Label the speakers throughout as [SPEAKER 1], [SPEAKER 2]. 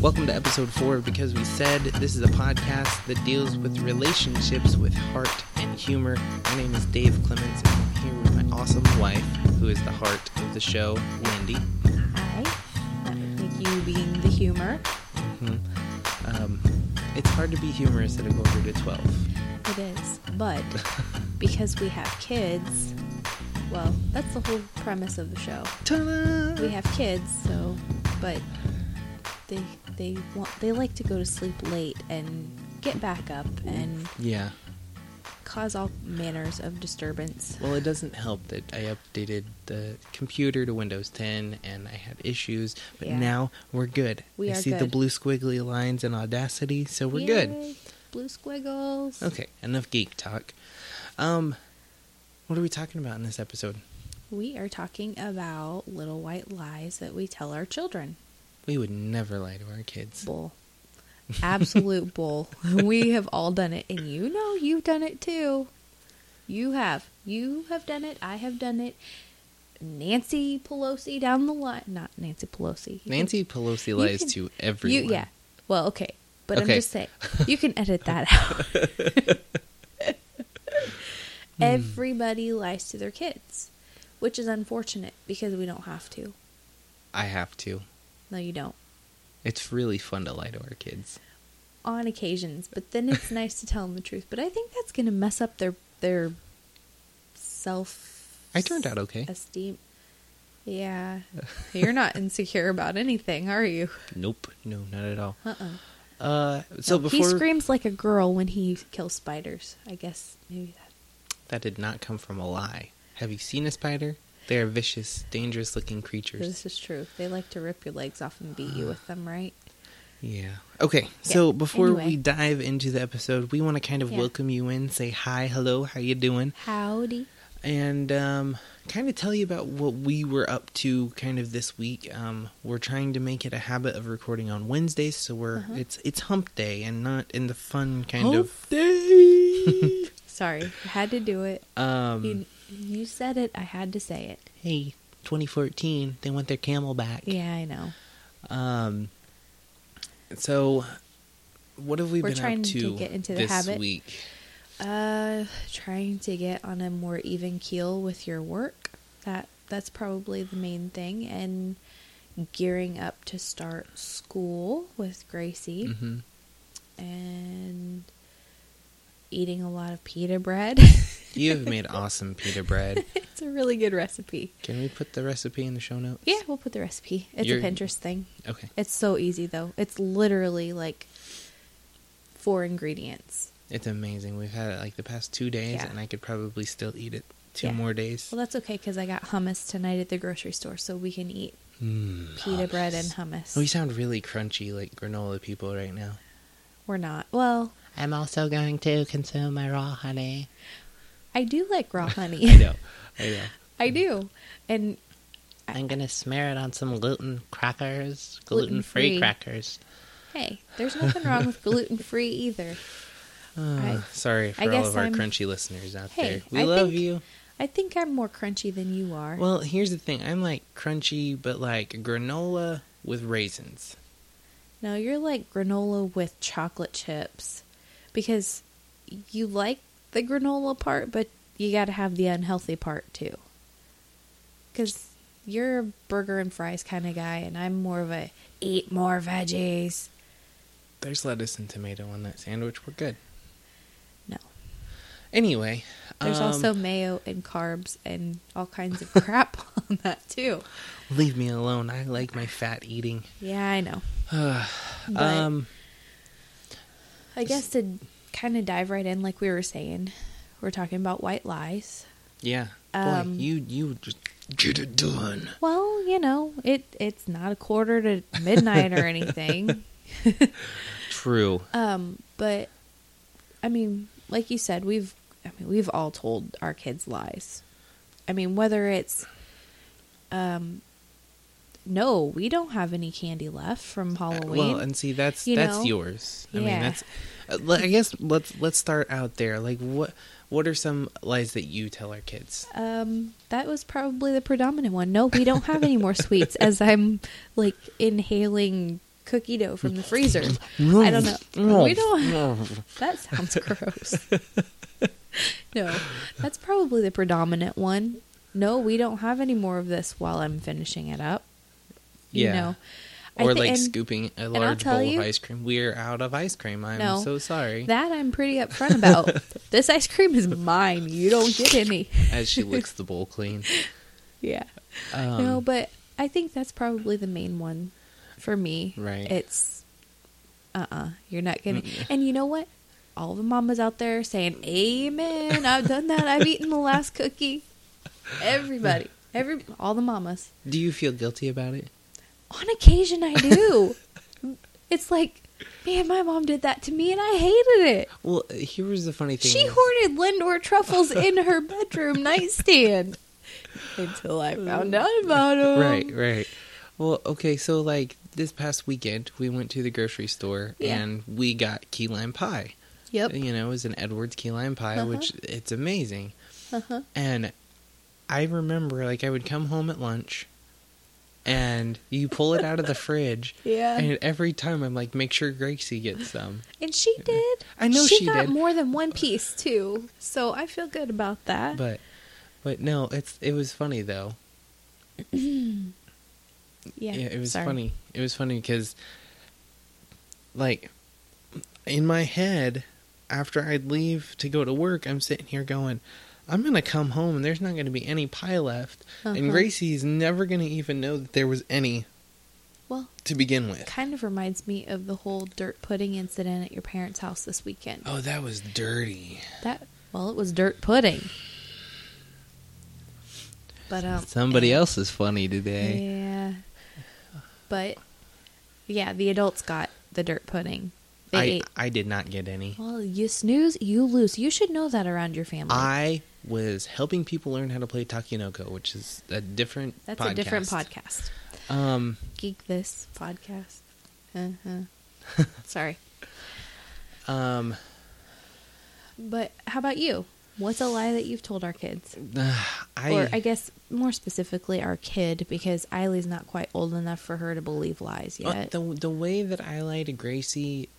[SPEAKER 1] Welcome to episode four of Because We Said. This is a podcast that deals with relationships with heart and humor. My name is Dave Clements, and I'm here with my awesome wife, who is the heart of the show, Wendy.
[SPEAKER 2] Hi. That would make you being the humor.
[SPEAKER 1] Um, it's hard to be humorous at a quarter to 12.
[SPEAKER 2] It is. But because we have kids, well, that's the whole premise of the show.
[SPEAKER 1] Ta-da!
[SPEAKER 2] We have kids, so but they they want they like to go to sleep late and get back up and
[SPEAKER 1] Yeah.
[SPEAKER 2] cause all manners of disturbance.
[SPEAKER 1] Well, it doesn't help that I updated the computer to Windows 10 and I had issues, but
[SPEAKER 2] Yeah.
[SPEAKER 1] now we're good.
[SPEAKER 2] We
[SPEAKER 1] I
[SPEAKER 2] are
[SPEAKER 1] see the
[SPEAKER 2] good.
[SPEAKER 1] blue squiggly lines in Audacity, so we're good.
[SPEAKER 2] Yay. Blue squiggles.
[SPEAKER 1] Okay, enough geek talk. Um, what are we talking about in this episode?
[SPEAKER 2] We are talking about little white lies that we tell our children.
[SPEAKER 1] We would never lie to our kids.
[SPEAKER 2] bull. Absolute bull. We have all done it, and you know you've done it too. You have. You have done it. I have done it. Nancy Pelosi down the line. Not Nancy Pelosi. You
[SPEAKER 1] Nancy Pelosi
[SPEAKER 2] you
[SPEAKER 1] lies
[SPEAKER 2] can-
[SPEAKER 1] to
[SPEAKER 2] can-
[SPEAKER 1] everyone.
[SPEAKER 2] You, yeah. Well, okay. But
[SPEAKER 1] Okay.
[SPEAKER 2] I'm just saying, you can edit that out.
[SPEAKER 1] Hmm.
[SPEAKER 2] Everybody lies to their kids, which is unfortunate because we don't have to.
[SPEAKER 1] I have to.
[SPEAKER 2] No, you don't.
[SPEAKER 1] It's really fun to lie to our kids.
[SPEAKER 2] on occasions, but then it's nice to tell them the truth. But I think that's going to mess up their their self.
[SPEAKER 1] I turned out okay.
[SPEAKER 2] Esteem. Yeah, you're not insecure about anything, are you?
[SPEAKER 1] Nope. No, not at all.
[SPEAKER 2] Uh uh
[SPEAKER 1] Uh, so
[SPEAKER 2] he
[SPEAKER 1] before
[SPEAKER 2] screams like a girl when he kills spiders. I guess maybe that.
[SPEAKER 1] that did not come from a lie. Have you seen a spider? They are vicious, dangerous-looking creatures.
[SPEAKER 2] This is true. They like to rip your legs off and beat you with them, right?
[SPEAKER 1] Yeah. Okay. So
[SPEAKER 2] Yeah,
[SPEAKER 1] before
[SPEAKER 2] anyway.
[SPEAKER 1] we dive into the episode, we want to kind of
[SPEAKER 2] Yeah.
[SPEAKER 1] welcome you in, say hi, hello, how you doing,
[SPEAKER 2] Howdy.
[SPEAKER 1] and um, kind of tell you about what we were up to kind of this week. Um, we're trying to make it a habit of recording on Wednesdays, so we're
[SPEAKER 2] Uh-huh.
[SPEAKER 1] it's it's Hump Day and not in the fun kind of.
[SPEAKER 2] day. Sorry, I had to do it.
[SPEAKER 1] Um,
[SPEAKER 2] You, you said it. I had to say it.
[SPEAKER 1] hey, 2014, they want their camel back.
[SPEAKER 2] Yeah, I know.
[SPEAKER 1] Um. So, what have we
[SPEAKER 2] We're
[SPEAKER 1] been
[SPEAKER 2] trying
[SPEAKER 1] up
[SPEAKER 2] to
[SPEAKER 1] to,
[SPEAKER 2] get into the
[SPEAKER 1] this
[SPEAKER 2] habit.
[SPEAKER 1] week?
[SPEAKER 2] Uh, trying to get on a more even keel with your work. That that's probably the main thing, and gearing up to start school with Gracie,
[SPEAKER 1] hmm
[SPEAKER 2] and eating a lot of pita bread.
[SPEAKER 1] You have made awesome pita bread.
[SPEAKER 2] it's a really good recipe.
[SPEAKER 1] Can we put the recipe in the show notes?
[SPEAKER 2] Yeah, we'll put the recipe. It's
[SPEAKER 1] You're-
[SPEAKER 2] a Pinterest thing.
[SPEAKER 1] Okay.
[SPEAKER 2] It's so easy though. It's literally like four ingredients.
[SPEAKER 1] It's amazing. We've had it like the past two days,
[SPEAKER 2] Yeah.
[SPEAKER 1] and I could probably still eat it two
[SPEAKER 2] Yeah.
[SPEAKER 1] more days.
[SPEAKER 2] Well, that's okay because I got hummus tonight at the grocery store, so we can eat
[SPEAKER 1] Mm,
[SPEAKER 2] pita bread and
[SPEAKER 1] hummus.
[SPEAKER 2] hummus.
[SPEAKER 1] We sound really crunchy, like granola people right now.
[SPEAKER 2] We're not. Well,
[SPEAKER 1] I'm also going to consume my raw honey.
[SPEAKER 2] I do like raw
[SPEAKER 1] I
[SPEAKER 2] honey.
[SPEAKER 1] know. I know.
[SPEAKER 2] I do. And
[SPEAKER 1] I'm going to smear it on some gluten crackers,
[SPEAKER 2] Gluten-free.
[SPEAKER 1] crackers.
[SPEAKER 2] hey, there's nothing wrong with gluten free either.
[SPEAKER 1] Uh, sorry for all
[SPEAKER 2] guess
[SPEAKER 1] of our
[SPEAKER 2] I'm-
[SPEAKER 1] crunchy listeners out
[SPEAKER 2] Hey,
[SPEAKER 1] there. We
[SPEAKER 2] I
[SPEAKER 1] love
[SPEAKER 2] think-
[SPEAKER 1] you.
[SPEAKER 2] I think I'm more crunchy than you are.
[SPEAKER 1] Well, here's the thing. I'm like crunchy, but like granola with raisins.
[SPEAKER 2] no, you're like granola with chocolate chips because you like the granola part, but you got to have the unhealthy part too. Because you're a burger and fries kind of guy, and I'm more of a eat more veggies.
[SPEAKER 1] There's lettuce and tomato on that sandwich. We're good.
[SPEAKER 2] No.
[SPEAKER 1] Anyway,
[SPEAKER 2] There's
[SPEAKER 1] um,
[SPEAKER 2] also mayo and carbs and all kinds of crap on that too.
[SPEAKER 1] leave me alone. I like my fat eating.
[SPEAKER 2] Yeah, I know. but
[SPEAKER 1] um,
[SPEAKER 2] I guess to kind of dive right in, like we were saying, we're talking about white lies.
[SPEAKER 1] yeah.
[SPEAKER 2] um,
[SPEAKER 1] Boy, you you just get it done.
[SPEAKER 2] Well, you know, it it's not a quarter to midnight or anything.
[SPEAKER 1] True.
[SPEAKER 2] Um, but I mean, like you said, we've I mean, we've all told our kids lies. I mean, whether it's um no, we don't have any candy left from Halloween.
[SPEAKER 1] Well, and see that's
[SPEAKER 2] you
[SPEAKER 1] that's
[SPEAKER 2] know?
[SPEAKER 1] yours. I mean,
[SPEAKER 2] Yeah.
[SPEAKER 1] that's. uh, le- I guess let's let's start out there. Like, what what are some lies that you tell our kids?
[SPEAKER 2] Um, that was probably the predominant one. No, we don't have any more sweets. As I'm like inhaling cookie dough from the freezer. I don't know. We don't. That sounds gross. no, that's probably the predominant one. No, we don't have any more of this while I'm finishing it up. You
[SPEAKER 1] Yeah.
[SPEAKER 2] know, I
[SPEAKER 1] Or
[SPEAKER 2] thi-
[SPEAKER 1] like
[SPEAKER 2] and
[SPEAKER 1] scooping a
[SPEAKER 2] I'll
[SPEAKER 1] large
[SPEAKER 2] tell
[SPEAKER 1] bowl
[SPEAKER 2] you-
[SPEAKER 1] of ice cream. We're out of ice cream. I'm
[SPEAKER 2] No.
[SPEAKER 1] so sorry.
[SPEAKER 2] that I'm pretty upfront about. this ice cream is mine. You don't get any.
[SPEAKER 1] As she licks the bowl clean.
[SPEAKER 2] Yeah.
[SPEAKER 1] Um,
[SPEAKER 2] no, but I think that's probably the main one for me.
[SPEAKER 1] Right.
[SPEAKER 2] It's uh uh-uh, uh. you are not getting. And you know what? All the mamas out there saying, "Amen." I've done that. I've eaten the last cookie. Everybody, every all the mamas.
[SPEAKER 1] Do you feel guilty about it?
[SPEAKER 2] On occasion, I do. it's like, man, my mom did that to me, and I hated it.
[SPEAKER 1] Well, uh, here was the funny thing.
[SPEAKER 2] She
[SPEAKER 1] is-
[SPEAKER 2] hoarded Lindor truffles in her bedroom nightstand until I found out about them.
[SPEAKER 1] Right, right. Well, okay, so like this past weekend, we went to the grocery store
[SPEAKER 2] Yeah.
[SPEAKER 1] and we got key lime pie.
[SPEAKER 2] Yep.
[SPEAKER 1] You know, it was an Edwards key lime pie,
[SPEAKER 2] Uh-huh.
[SPEAKER 1] which it's amazing.
[SPEAKER 2] Uh-huh.
[SPEAKER 1] And I remember, like, I would come home at lunch and you pull it out of the fridge.
[SPEAKER 2] Yeah.
[SPEAKER 1] And every time I'm like, make sure Gracie gets some.
[SPEAKER 2] And she did.
[SPEAKER 1] I know
[SPEAKER 2] she,
[SPEAKER 1] she
[SPEAKER 2] got
[SPEAKER 1] did.
[SPEAKER 2] more than one piece too. So I feel good about that.
[SPEAKER 1] But, but no, it's it was funny though.
[SPEAKER 2] yeah,
[SPEAKER 1] yeah, it was
[SPEAKER 2] sorry.
[SPEAKER 1] funny. It was funny because, like, in my head, after I'd leave to go to work, I'm sitting here going, I'm gonna come home and there's not gonna be any pie left,
[SPEAKER 2] Uh-huh.
[SPEAKER 1] and Gracie's never gonna even know that there was any
[SPEAKER 2] Well,
[SPEAKER 1] to begin with.
[SPEAKER 2] kind of reminds me of the whole dirt pudding incident at your parents' house this weekend.
[SPEAKER 1] Oh, that was dirty.
[SPEAKER 2] That well, it was dirt pudding. But um,
[SPEAKER 1] Somebody else is funny today.
[SPEAKER 2] Yeah. But yeah, the adults got the dirt pudding. They
[SPEAKER 1] I
[SPEAKER 2] ate. Oh.
[SPEAKER 1] I did not get any.
[SPEAKER 2] Well, you snooze, you lose. You should know that around your family.
[SPEAKER 1] I was helping people learn how to play takinoko, which is a different.
[SPEAKER 2] That's a different podcast.
[SPEAKER 1] Um.
[SPEAKER 2] Geek this podcast. Uh-huh. Sorry.
[SPEAKER 1] Um.
[SPEAKER 2] But how about you? What's a lie that you've told our kids?
[SPEAKER 1] I,
[SPEAKER 2] or I guess more specifically our kid because Eileen's not quite old enough for her to believe lies
[SPEAKER 1] Uh,
[SPEAKER 2] yet.
[SPEAKER 1] the the way that I lie to Gracie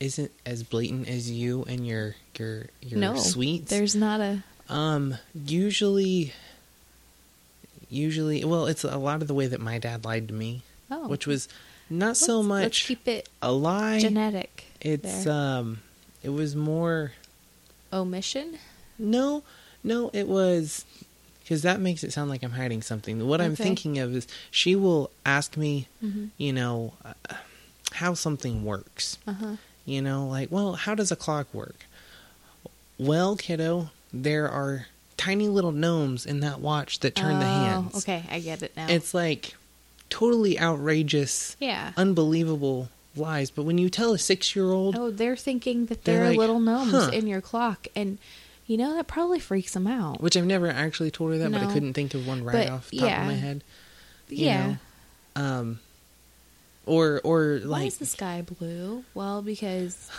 [SPEAKER 1] isn't as blatant as you and your your your
[SPEAKER 2] no.
[SPEAKER 1] sweets.
[SPEAKER 2] There's not a
[SPEAKER 1] um usually usually well it's a lot of the way that my dad lied to me,
[SPEAKER 2] Oh.
[SPEAKER 1] which was not so
[SPEAKER 2] Let's-
[SPEAKER 1] much
[SPEAKER 2] Let's keep it
[SPEAKER 1] a lie.
[SPEAKER 2] genetic.
[SPEAKER 1] it's
[SPEAKER 2] there.
[SPEAKER 1] um it was more
[SPEAKER 2] omission.
[SPEAKER 1] no no it was because that makes it sound like I'm hiding something. What I'm
[SPEAKER 2] Okay. Mm-hmm.
[SPEAKER 1] thinking of is she will ask me, you know, uh, how something works.
[SPEAKER 2] Uh huh.
[SPEAKER 1] You know, like, well, how does a clock work? Well, kiddo, there are tiny little gnomes in that watch that turn the
[SPEAKER 2] Oh,
[SPEAKER 1] hands.
[SPEAKER 2] Okay, I get it now.
[SPEAKER 1] It's like totally outrageous,
[SPEAKER 2] yeah.
[SPEAKER 1] unbelievable lies. But when you tell a six year old,
[SPEAKER 2] oh, they're thinking that
[SPEAKER 1] They're
[SPEAKER 2] there are
[SPEAKER 1] like,
[SPEAKER 2] little gnomes
[SPEAKER 1] huh.
[SPEAKER 2] in your clock, and you know that probably freaks them out.
[SPEAKER 1] which I've never actually told her that, but
[SPEAKER 2] No.
[SPEAKER 1] I couldn't think of one right
[SPEAKER 2] But,
[SPEAKER 1] off the top
[SPEAKER 2] yeah.
[SPEAKER 1] of my head. you
[SPEAKER 2] yeah.
[SPEAKER 1] know, Um, or, or
[SPEAKER 2] Why
[SPEAKER 1] like,
[SPEAKER 2] is the sky blue? Well, because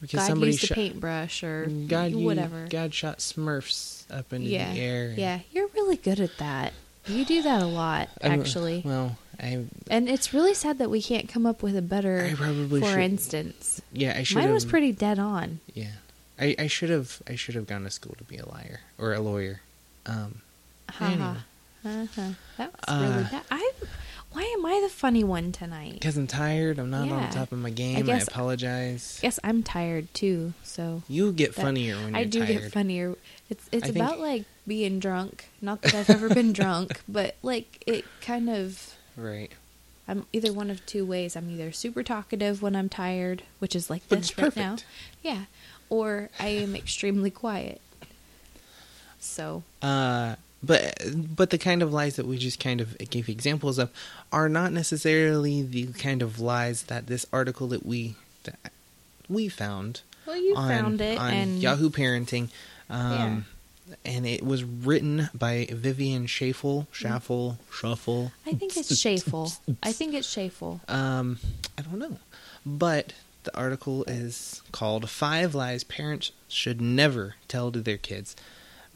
[SPEAKER 1] because
[SPEAKER 2] God
[SPEAKER 1] somebody
[SPEAKER 2] used a
[SPEAKER 1] shot,
[SPEAKER 2] paintbrush or
[SPEAKER 1] God, you-
[SPEAKER 2] whatever.
[SPEAKER 1] God shot Smurfs up into
[SPEAKER 2] yeah,
[SPEAKER 1] the air. and-
[SPEAKER 2] yeah. You're really good at that. You do that a lot,
[SPEAKER 1] I'm-
[SPEAKER 2] actually.
[SPEAKER 1] well, I,
[SPEAKER 2] and it's really sad that we can't come up with a better,
[SPEAKER 1] I probably
[SPEAKER 2] for
[SPEAKER 1] should-
[SPEAKER 2] instance.
[SPEAKER 1] yeah, I should
[SPEAKER 2] Mine was
[SPEAKER 1] have-
[SPEAKER 2] pretty dead on.
[SPEAKER 1] Yeah, I, I should have I should have gone to school to be a liar or a lawyer. Um,
[SPEAKER 2] Haha. Uh-huh. That was really
[SPEAKER 1] Uh,
[SPEAKER 2] bad. I. Why am I the funny one tonight?
[SPEAKER 1] because I'm tired. I'm not on
[SPEAKER 2] Yeah.
[SPEAKER 1] top of my
[SPEAKER 2] I
[SPEAKER 1] game. I,
[SPEAKER 2] guess-
[SPEAKER 1] apologize.
[SPEAKER 2] Yes, I'm tired too. So
[SPEAKER 1] You get
[SPEAKER 2] that-
[SPEAKER 1] funnier when you're
[SPEAKER 2] I do
[SPEAKER 1] tired.
[SPEAKER 2] get funnier. It's it's
[SPEAKER 1] I think-
[SPEAKER 2] about like being drunk. Not that I've ever been drunk, but like it kind of.
[SPEAKER 1] Right.
[SPEAKER 2] I'm either one of two ways. I'm either super talkative when I'm tired, which is like
[SPEAKER 1] Which
[SPEAKER 2] this
[SPEAKER 1] is
[SPEAKER 2] right now.
[SPEAKER 1] perfect.
[SPEAKER 2] Yeah, or I am extremely quiet. So
[SPEAKER 1] Uh, but but the kind of lies that we just kind of gave examples of are not necessarily the kind of lies that this article that we that we found
[SPEAKER 2] well, you found it
[SPEAKER 1] on
[SPEAKER 2] and
[SPEAKER 1] Yahoo Parenting. Um, And it was written by Vivian Schaffel. Schaffel. Shuffle.
[SPEAKER 2] I think it's Shafel. I think it's Shafel.
[SPEAKER 1] Um, I don't know. But the article is called Five Lies Parents Should Never Tell to Their Kids.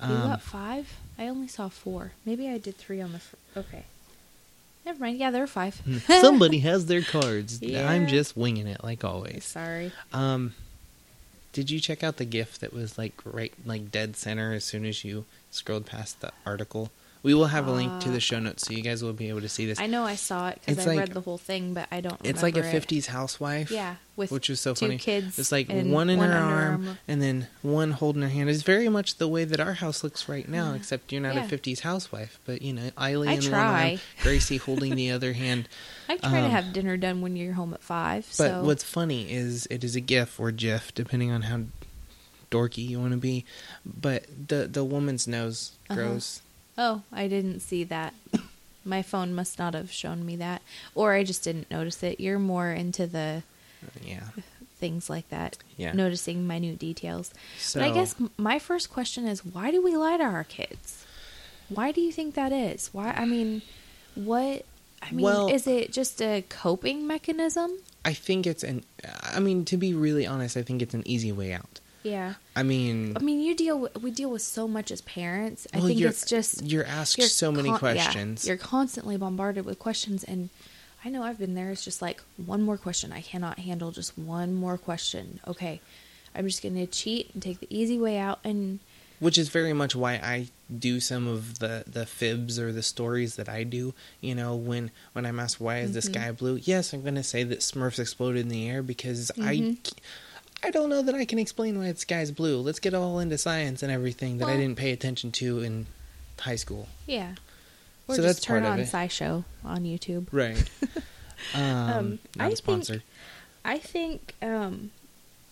[SPEAKER 2] you
[SPEAKER 1] Um,
[SPEAKER 2] got five? I only saw four. Maybe I did three on the. Fr- okay. Never mind. Yeah, there are five.
[SPEAKER 1] Hmm. Somebody has their cards.
[SPEAKER 2] Yeah.
[SPEAKER 1] I'm just winging it like always.
[SPEAKER 2] Sorry.
[SPEAKER 1] Um, did you check out the GIF that was like right, like dead center as soon as you scrolled past the article? We will have a link to the show notes, so you guys will be able to see this.
[SPEAKER 2] Uh, I know I saw it
[SPEAKER 1] It's
[SPEAKER 2] because I
[SPEAKER 1] like-
[SPEAKER 2] read the whole thing, but I don't.
[SPEAKER 1] It's like a
[SPEAKER 2] remember it.
[SPEAKER 1] '50s housewife.
[SPEAKER 2] Yeah, with
[SPEAKER 1] which was so
[SPEAKER 2] two
[SPEAKER 1] funny.
[SPEAKER 2] kids
[SPEAKER 1] it's like
[SPEAKER 2] and
[SPEAKER 1] one in
[SPEAKER 2] one
[SPEAKER 1] her
[SPEAKER 2] underarm.
[SPEAKER 1] arm and then one holding her hand. It's very much the way that our house looks right now, except you're not
[SPEAKER 2] Mm. Yeah.
[SPEAKER 1] a '50s housewife, but you know, Eileen
[SPEAKER 2] I
[SPEAKER 1] in one
[SPEAKER 2] try.
[SPEAKER 1] arm, Gracie holding the other hand.
[SPEAKER 2] I try to
[SPEAKER 1] Um,
[SPEAKER 2] have dinner done when you're home at five.
[SPEAKER 1] But
[SPEAKER 2] so
[SPEAKER 1] what's funny is it is a GIF or GIF, depending on how dorky you want to be. But the the woman's nose
[SPEAKER 2] Uh-huh.
[SPEAKER 1] grows.
[SPEAKER 2] oh, I didn't see that. My phone must not have shown me that, or I just didn't notice it. You're more into the
[SPEAKER 1] Yeah.
[SPEAKER 2] things like that,
[SPEAKER 1] Yeah.
[SPEAKER 2] noticing minute details. but I
[SPEAKER 1] So-
[SPEAKER 2] guess m- my first question is, why do we lie to our kids? Why do you think that is? Why? I mean, what? I mean,
[SPEAKER 1] Well-
[SPEAKER 2] is it just a coping mechanism?
[SPEAKER 1] I think it's an. I mean, to be really honest, I think it's an easy way out.
[SPEAKER 2] Yeah.
[SPEAKER 1] I mean,
[SPEAKER 2] I mean, you deal with, we deal with so much as parents. I
[SPEAKER 1] Well,
[SPEAKER 2] think
[SPEAKER 1] you're-
[SPEAKER 2] it's just
[SPEAKER 1] you're asked so many
[SPEAKER 2] yeah,
[SPEAKER 1] questions.
[SPEAKER 2] you're constantly bombarded with questions, and I know I've been there. It's just like one more question. I cannot handle just one more question. Okay, I'm just going to cheat and take the easy way out. And
[SPEAKER 1] which is very much why I do some of the the fibs or the stories that I do. You know, when when I'm asked why is the
[SPEAKER 2] Mm-hmm.
[SPEAKER 1] sky blue, yes, I'm going to say that Smurfs exploded in the air because
[SPEAKER 2] Mm-hmm.
[SPEAKER 1] I. c- I don't know that I can explain why the sky's blue. Let's get all into science and everything that I
[SPEAKER 2] Well-
[SPEAKER 1] didn't pay attention to in high school.
[SPEAKER 2] yeah, or
[SPEAKER 1] So
[SPEAKER 2] just
[SPEAKER 1] that's
[SPEAKER 2] turn
[SPEAKER 1] part of
[SPEAKER 2] on
[SPEAKER 1] it.
[SPEAKER 2] SciShow on YouTube.
[SPEAKER 1] Right. um,
[SPEAKER 2] I
[SPEAKER 1] not
[SPEAKER 2] think-
[SPEAKER 1] sponsored.
[SPEAKER 2] I think um,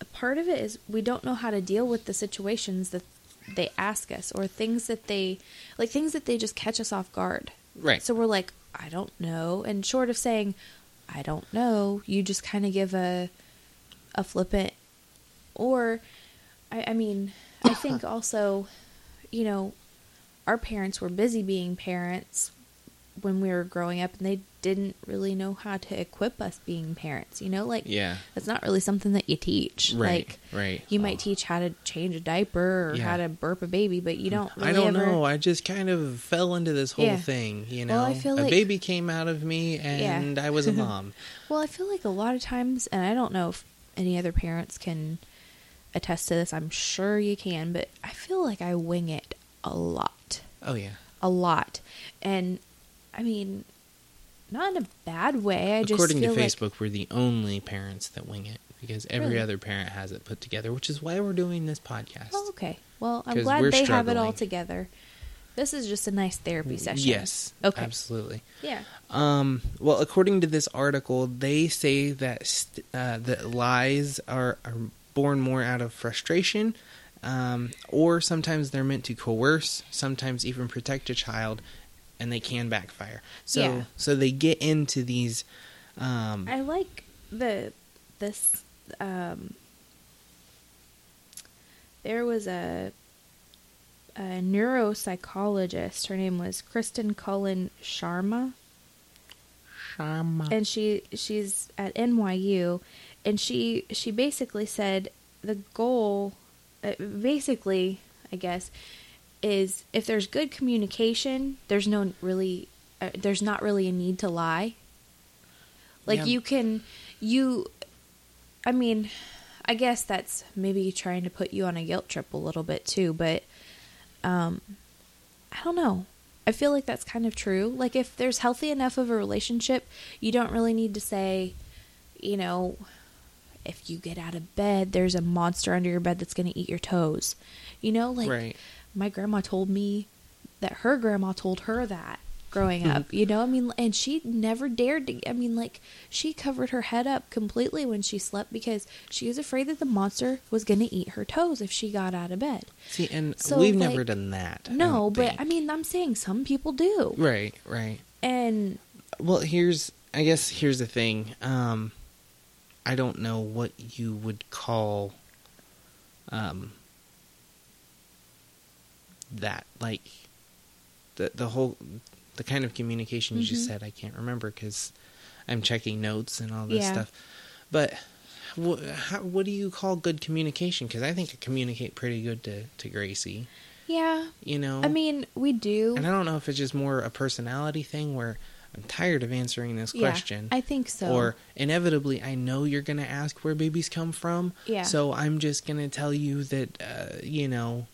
[SPEAKER 2] a part of it is we don't know how to deal with the situations that they ask us or things that they like things that they just catch us off guard.
[SPEAKER 1] Right.
[SPEAKER 2] So we're like, I don't know, and short of saying, I don't know, you just kind of give a a flippant or I, I mean, I think also, you know, our parents were busy being parents when we were growing up and they didn't really know how to equip us being parents, you know, like
[SPEAKER 1] Yeah.
[SPEAKER 2] that's not really something that you teach.
[SPEAKER 1] Right,
[SPEAKER 2] Like
[SPEAKER 1] right. Oh.
[SPEAKER 2] you might teach how to change a diaper or
[SPEAKER 1] Yeah.
[SPEAKER 2] how to burp a baby, but you don't really
[SPEAKER 1] I don't
[SPEAKER 2] ever-
[SPEAKER 1] know. I just kind of fell into this whole
[SPEAKER 2] Yeah.
[SPEAKER 1] thing, you know.
[SPEAKER 2] Well, I feel
[SPEAKER 1] a
[SPEAKER 2] like-
[SPEAKER 1] baby came out of me and I was a mom.
[SPEAKER 2] Well, I feel like a lot of times, and I don't know if any other parents can attest to this. I'm sure you can, but I feel like I wing it a lot,
[SPEAKER 1] oh yeah.
[SPEAKER 2] a lot, and I mean, not in a bad way. I
[SPEAKER 1] According
[SPEAKER 2] just
[SPEAKER 1] to
[SPEAKER 2] feel like-
[SPEAKER 1] Facebook, we're the only parents that wing it because every
[SPEAKER 2] Really?
[SPEAKER 1] other parent has it put together, which is why we're doing this podcast.
[SPEAKER 2] oh, okay. Well, I'm
[SPEAKER 1] 'Cause
[SPEAKER 2] glad
[SPEAKER 1] we're
[SPEAKER 2] they have it
[SPEAKER 1] struggling.
[SPEAKER 2] all together. This is just a nice therapy session.
[SPEAKER 1] Yes.
[SPEAKER 2] Okay.
[SPEAKER 1] Absolutely.
[SPEAKER 2] Yeah.
[SPEAKER 1] Um, well, according to this article, they say that st- uh, that lies are, are born more out of frustration, um, or sometimes they're meant to coerce, sometimes even protect a child, and they can backfire. So,
[SPEAKER 2] Yeah.
[SPEAKER 1] so they get into these. Um,
[SPEAKER 2] I like the this um there was a a neuropsychologist her name was Kristen Cullen Sharma
[SPEAKER 1] Sharma.
[SPEAKER 2] and she she's at NYU and she she basically said the goal uh, basically I guess is if there's good communication there's no really uh, there's not really a need to lie like
[SPEAKER 1] Yeah.
[SPEAKER 2] you can you I mean I guess that's maybe trying to put you on a guilt trip a little bit too but um, I don't know. I feel like that's kind of true. Like if there's healthy enough of a relationship, you don't really need to say, you know, if you get out of bed, there's a monster under your bed that's going to eat your toes. You know, like
[SPEAKER 1] Right.
[SPEAKER 2] my grandma told me that her grandma told her that
[SPEAKER 1] Hmm.
[SPEAKER 2] growing up. You know, I mean, and she never dared to. I mean, like she covered her head up completely when she slept because she was afraid that the monster was going to eat her toes if she got out of bed.
[SPEAKER 1] See, and
[SPEAKER 2] so,
[SPEAKER 1] we've never
[SPEAKER 2] like,
[SPEAKER 1] done that. I
[SPEAKER 2] No,
[SPEAKER 1] don't
[SPEAKER 2] but
[SPEAKER 1] think.
[SPEAKER 2] I mean, I'm saying some people do.
[SPEAKER 1] right, right.
[SPEAKER 2] And
[SPEAKER 1] well here's i guess here's the thing um i don't know what you would call um that like the the whole the kind of communication you
[SPEAKER 2] Mm-hmm.
[SPEAKER 1] just said i can't remember because i'm checking notes and all this
[SPEAKER 2] Yeah.
[SPEAKER 1] stuff but wh- how, what do you call good communication because i think i communicate pretty good to, to gracie
[SPEAKER 2] yeah,
[SPEAKER 1] you know
[SPEAKER 2] I mean, we do.
[SPEAKER 1] and I don't know if it's just more a personality thing where I'm tired of answering this question.
[SPEAKER 2] Yeah, I think so.
[SPEAKER 1] Or inevitably, I know you're going to ask where babies come from.
[SPEAKER 2] Yeah.
[SPEAKER 1] So I'm just going to tell you that, uh, you know,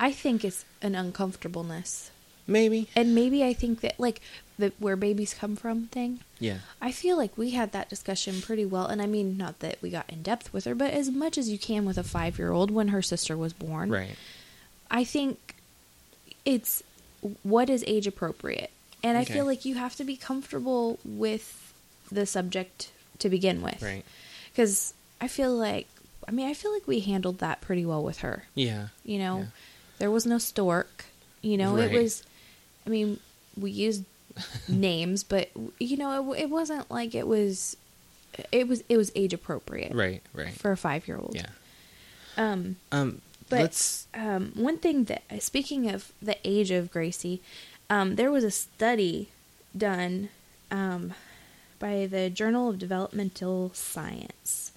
[SPEAKER 2] I think it's an uncomfortableness.
[SPEAKER 1] maybe.
[SPEAKER 2] And maybe I think that like the where babies come from thing.
[SPEAKER 1] Yeah.
[SPEAKER 2] I feel like we had that discussion pretty well and I mean not that we got in depth with her, but as much as you can with a 5-year-old when her sister was born.
[SPEAKER 1] Right.
[SPEAKER 2] I think it's what is age appropriate. And I
[SPEAKER 1] Okay.
[SPEAKER 2] feel like you have to be comfortable with the subject to begin with.
[SPEAKER 1] Right.
[SPEAKER 2] Cuz I feel like I mean I feel like we handled that pretty well with her.
[SPEAKER 1] Yeah.
[SPEAKER 2] You know,
[SPEAKER 1] Yeah.
[SPEAKER 2] there was no stork. You know,
[SPEAKER 1] Right.
[SPEAKER 2] it was. I mean, we used names, but you know, it, w- it wasn't like it was. It was it was age appropriate,
[SPEAKER 1] Right. Right.
[SPEAKER 2] for a five year old.
[SPEAKER 1] yeah.
[SPEAKER 2] Um,
[SPEAKER 1] Um,
[SPEAKER 2] but
[SPEAKER 1] let's.
[SPEAKER 2] um, one thing that speaking of the age of Gracie, um, there was a study done um, by the Journal of Developmental Science,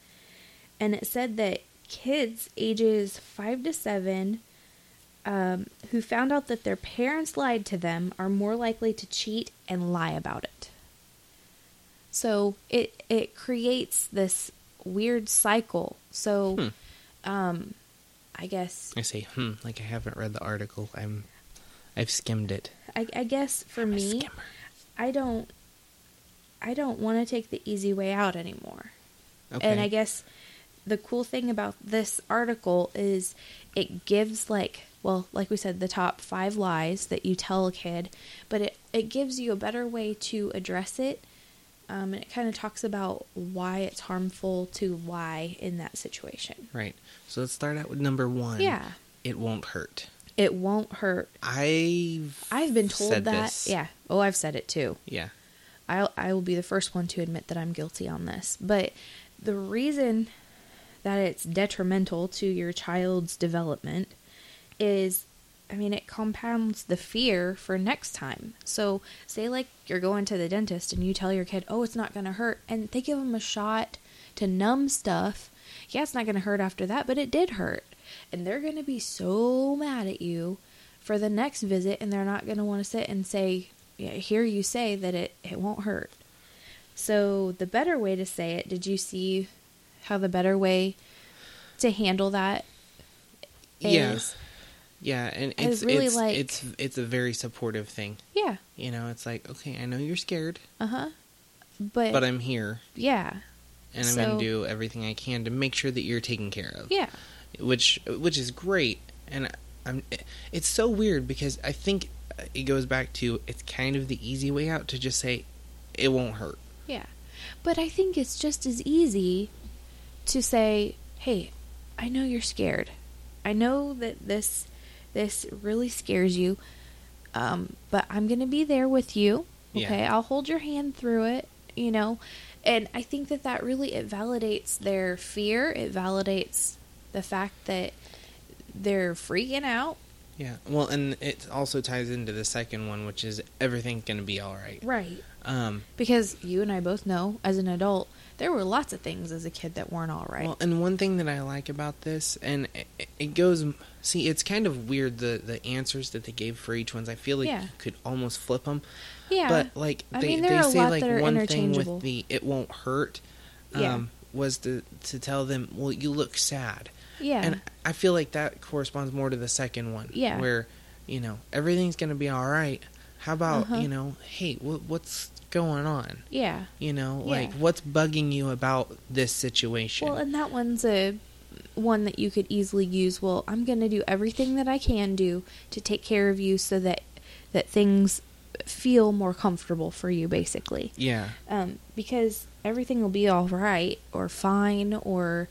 [SPEAKER 2] and it said that kids ages five to seven um, who found out that their parents lied to them are more likely to cheat and lie about it. So it it creates this weird cycle. So.
[SPEAKER 1] Hmm.
[SPEAKER 2] Um, I guess
[SPEAKER 1] I say, hmm, like I haven't read the article. I'm, I've skimmed it.
[SPEAKER 2] I, I guess for
[SPEAKER 1] I'm a
[SPEAKER 2] me,
[SPEAKER 1] skimmer.
[SPEAKER 2] I don't I don't want to take the easy way out anymore.
[SPEAKER 1] Okay.
[SPEAKER 2] And I guess the cool thing about this article is it gives like well, like we said, the top five lies that you tell a kid, but it, it gives you a better way to address it. Um, and it kind of talks about why it's harmful to lie in that situation.
[SPEAKER 1] Right. So let's start out with number one.
[SPEAKER 2] Yeah.
[SPEAKER 1] It won't hurt.
[SPEAKER 2] It won't hurt.
[SPEAKER 1] I've
[SPEAKER 2] I've been told
[SPEAKER 1] said
[SPEAKER 2] that.
[SPEAKER 1] this.
[SPEAKER 2] Yeah. Oh, I've said it too.
[SPEAKER 1] Yeah.
[SPEAKER 2] I'll, I will be the first one to admit that I'm guilty on this. But the reason that it's detrimental to your child's development is, I mean, it compounds the fear for next time. So, say, like, you're going to the dentist and you tell your kid, oh, it's not going to hurt, and they give them a shot to numb stuff. Yeah, it's not going to hurt after that, but it did hurt. And they're going to be so mad at you for the next visit, and they're not going to want to sit and say, yeah, hear you say that it, it won't hurt. So, the better way to say it, did you see how the better way to handle that is?
[SPEAKER 1] Yeah. Yeah. And
[SPEAKER 2] I was
[SPEAKER 1] it's
[SPEAKER 2] really
[SPEAKER 1] it's,
[SPEAKER 2] like-
[SPEAKER 1] it's it's a very supportive thing.
[SPEAKER 2] Yeah.
[SPEAKER 1] You know, it's like, okay, I know you're scared,
[SPEAKER 2] Uh huh. But,
[SPEAKER 1] but I'm here
[SPEAKER 2] yeah,
[SPEAKER 1] and I'm
[SPEAKER 2] So-
[SPEAKER 1] gonna do everything I can to make sure that you're taken care of.
[SPEAKER 2] yeah,
[SPEAKER 1] Which which is great. And I'm it's so weird because I think it goes back to it's kind of the easy way out to just say it won't hurt.
[SPEAKER 2] yeah. But I think it's just as easy to say, "Hey, I know you're scared. I know that this this really scares you. Um, but I'm gonna be there with you.
[SPEAKER 1] Yeah.
[SPEAKER 2] Okay, I'll hold your hand through it. You know." And I think that that really it validates their fear. It validates the fact that they're freaking out.
[SPEAKER 1] Yeah. Well, and it also ties into the second one, which is everything's going to be all right.
[SPEAKER 2] Right.
[SPEAKER 1] Um,
[SPEAKER 2] Because you and I both know, as an adult, there were lots of things as a kid that weren't all right.
[SPEAKER 1] Well, and one thing that I like about this, and it, it goes, see, it's kind of weird the the answers that they gave for each ones. I feel like
[SPEAKER 2] Yeah.
[SPEAKER 1] you could almost flip them.
[SPEAKER 2] yeah.
[SPEAKER 1] But like
[SPEAKER 2] I
[SPEAKER 1] they,
[SPEAKER 2] mean, there
[SPEAKER 1] they
[SPEAKER 2] are a
[SPEAKER 1] say
[SPEAKER 2] lot
[SPEAKER 1] like
[SPEAKER 2] that are
[SPEAKER 1] one thing
[SPEAKER 2] interchangeable.
[SPEAKER 1] with the it won't hurt. Um,
[SPEAKER 2] Yeah.
[SPEAKER 1] Was to to tell them, well, you look sad.
[SPEAKER 2] yeah.
[SPEAKER 1] And I feel like that corresponds more to the second one.
[SPEAKER 2] Yeah.
[SPEAKER 1] Where, you know, everything's gonna be all right. How about
[SPEAKER 2] Uh-huh.
[SPEAKER 1] you know, hey, wh- what's going on?
[SPEAKER 2] yeah.
[SPEAKER 1] You know,
[SPEAKER 2] Yeah.
[SPEAKER 1] like what's bugging you about this situation?
[SPEAKER 2] Well, and that one's a one that you could easily use. Well, I'm going to do everything that I can do to take care of you so that that things feel more comfortable for you basically.
[SPEAKER 1] yeah.
[SPEAKER 2] Um because everything will be all right or fine or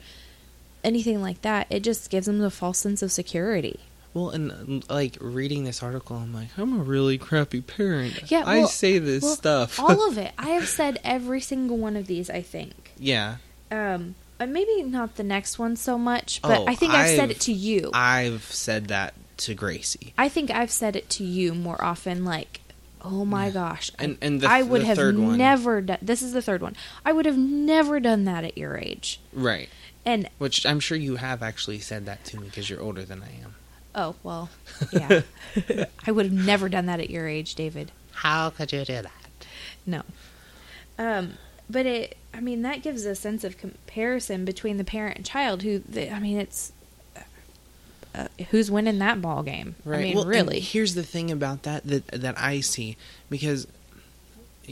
[SPEAKER 2] anything like that. It just gives them the false sense of security.
[SPEAKER 1] Well, and uh, like reading this article, I'm like, I'm a really crappy parent.
[SPEAKER 2] Yeah,
[SPEAKER 1] I
[SPEAKER 2] well-
[SPEAKER 1] say this
[SPEAKER 2] well,
[SPEAKER 1] stuff.
[SPEAKER 2] all of it. I have said every single one of these. I think.
[SPEAKER 1] yeah,
[SPEAKER 2] Um, uh, maybe not the next one so much, but
[SPEAKER 1] Oh,
[SPEAKER 2] I think I've, said
[SPEAKER 1] I've-
[SPEAKER 2] it to you. I,
[SPEAKER 1] I've said that to Gracie.
[SPEAKER 2] think I've said it to you more often. Like, oh my gosh, I-
[SPEAKER 1] And- and the
[SPEAKER 2] I
[SPEAKER 1] th-
[SPEAKER 2] would
[SPEAKER 1] the
[SPEAKER 2] have
[SPEAKER 1] third one.
[SPEAKER 2] never done. This is the third one. I would have never done that at your age.
[SPEAKER 1] Right.
[SPEAKER 2] And
[SPEAKER 1] Which I'm sure you have actually said that to me because you're older than I am.
[SPEAKER 2] oh well, yeah, I would have never done that at your age, David.
[SPEAKER 1] How could you do that?
[SPEAKER 2] No. Um, but it, I mean, that gives a sense of comparison between the parent and child. Who, the, I mean, it's uh, who's winning that ball game? I mean,
[SPEAKER 1] Well, and
[SPEAKER 2] really?
[SPEAKER 1] Here's the thing about that that that I see because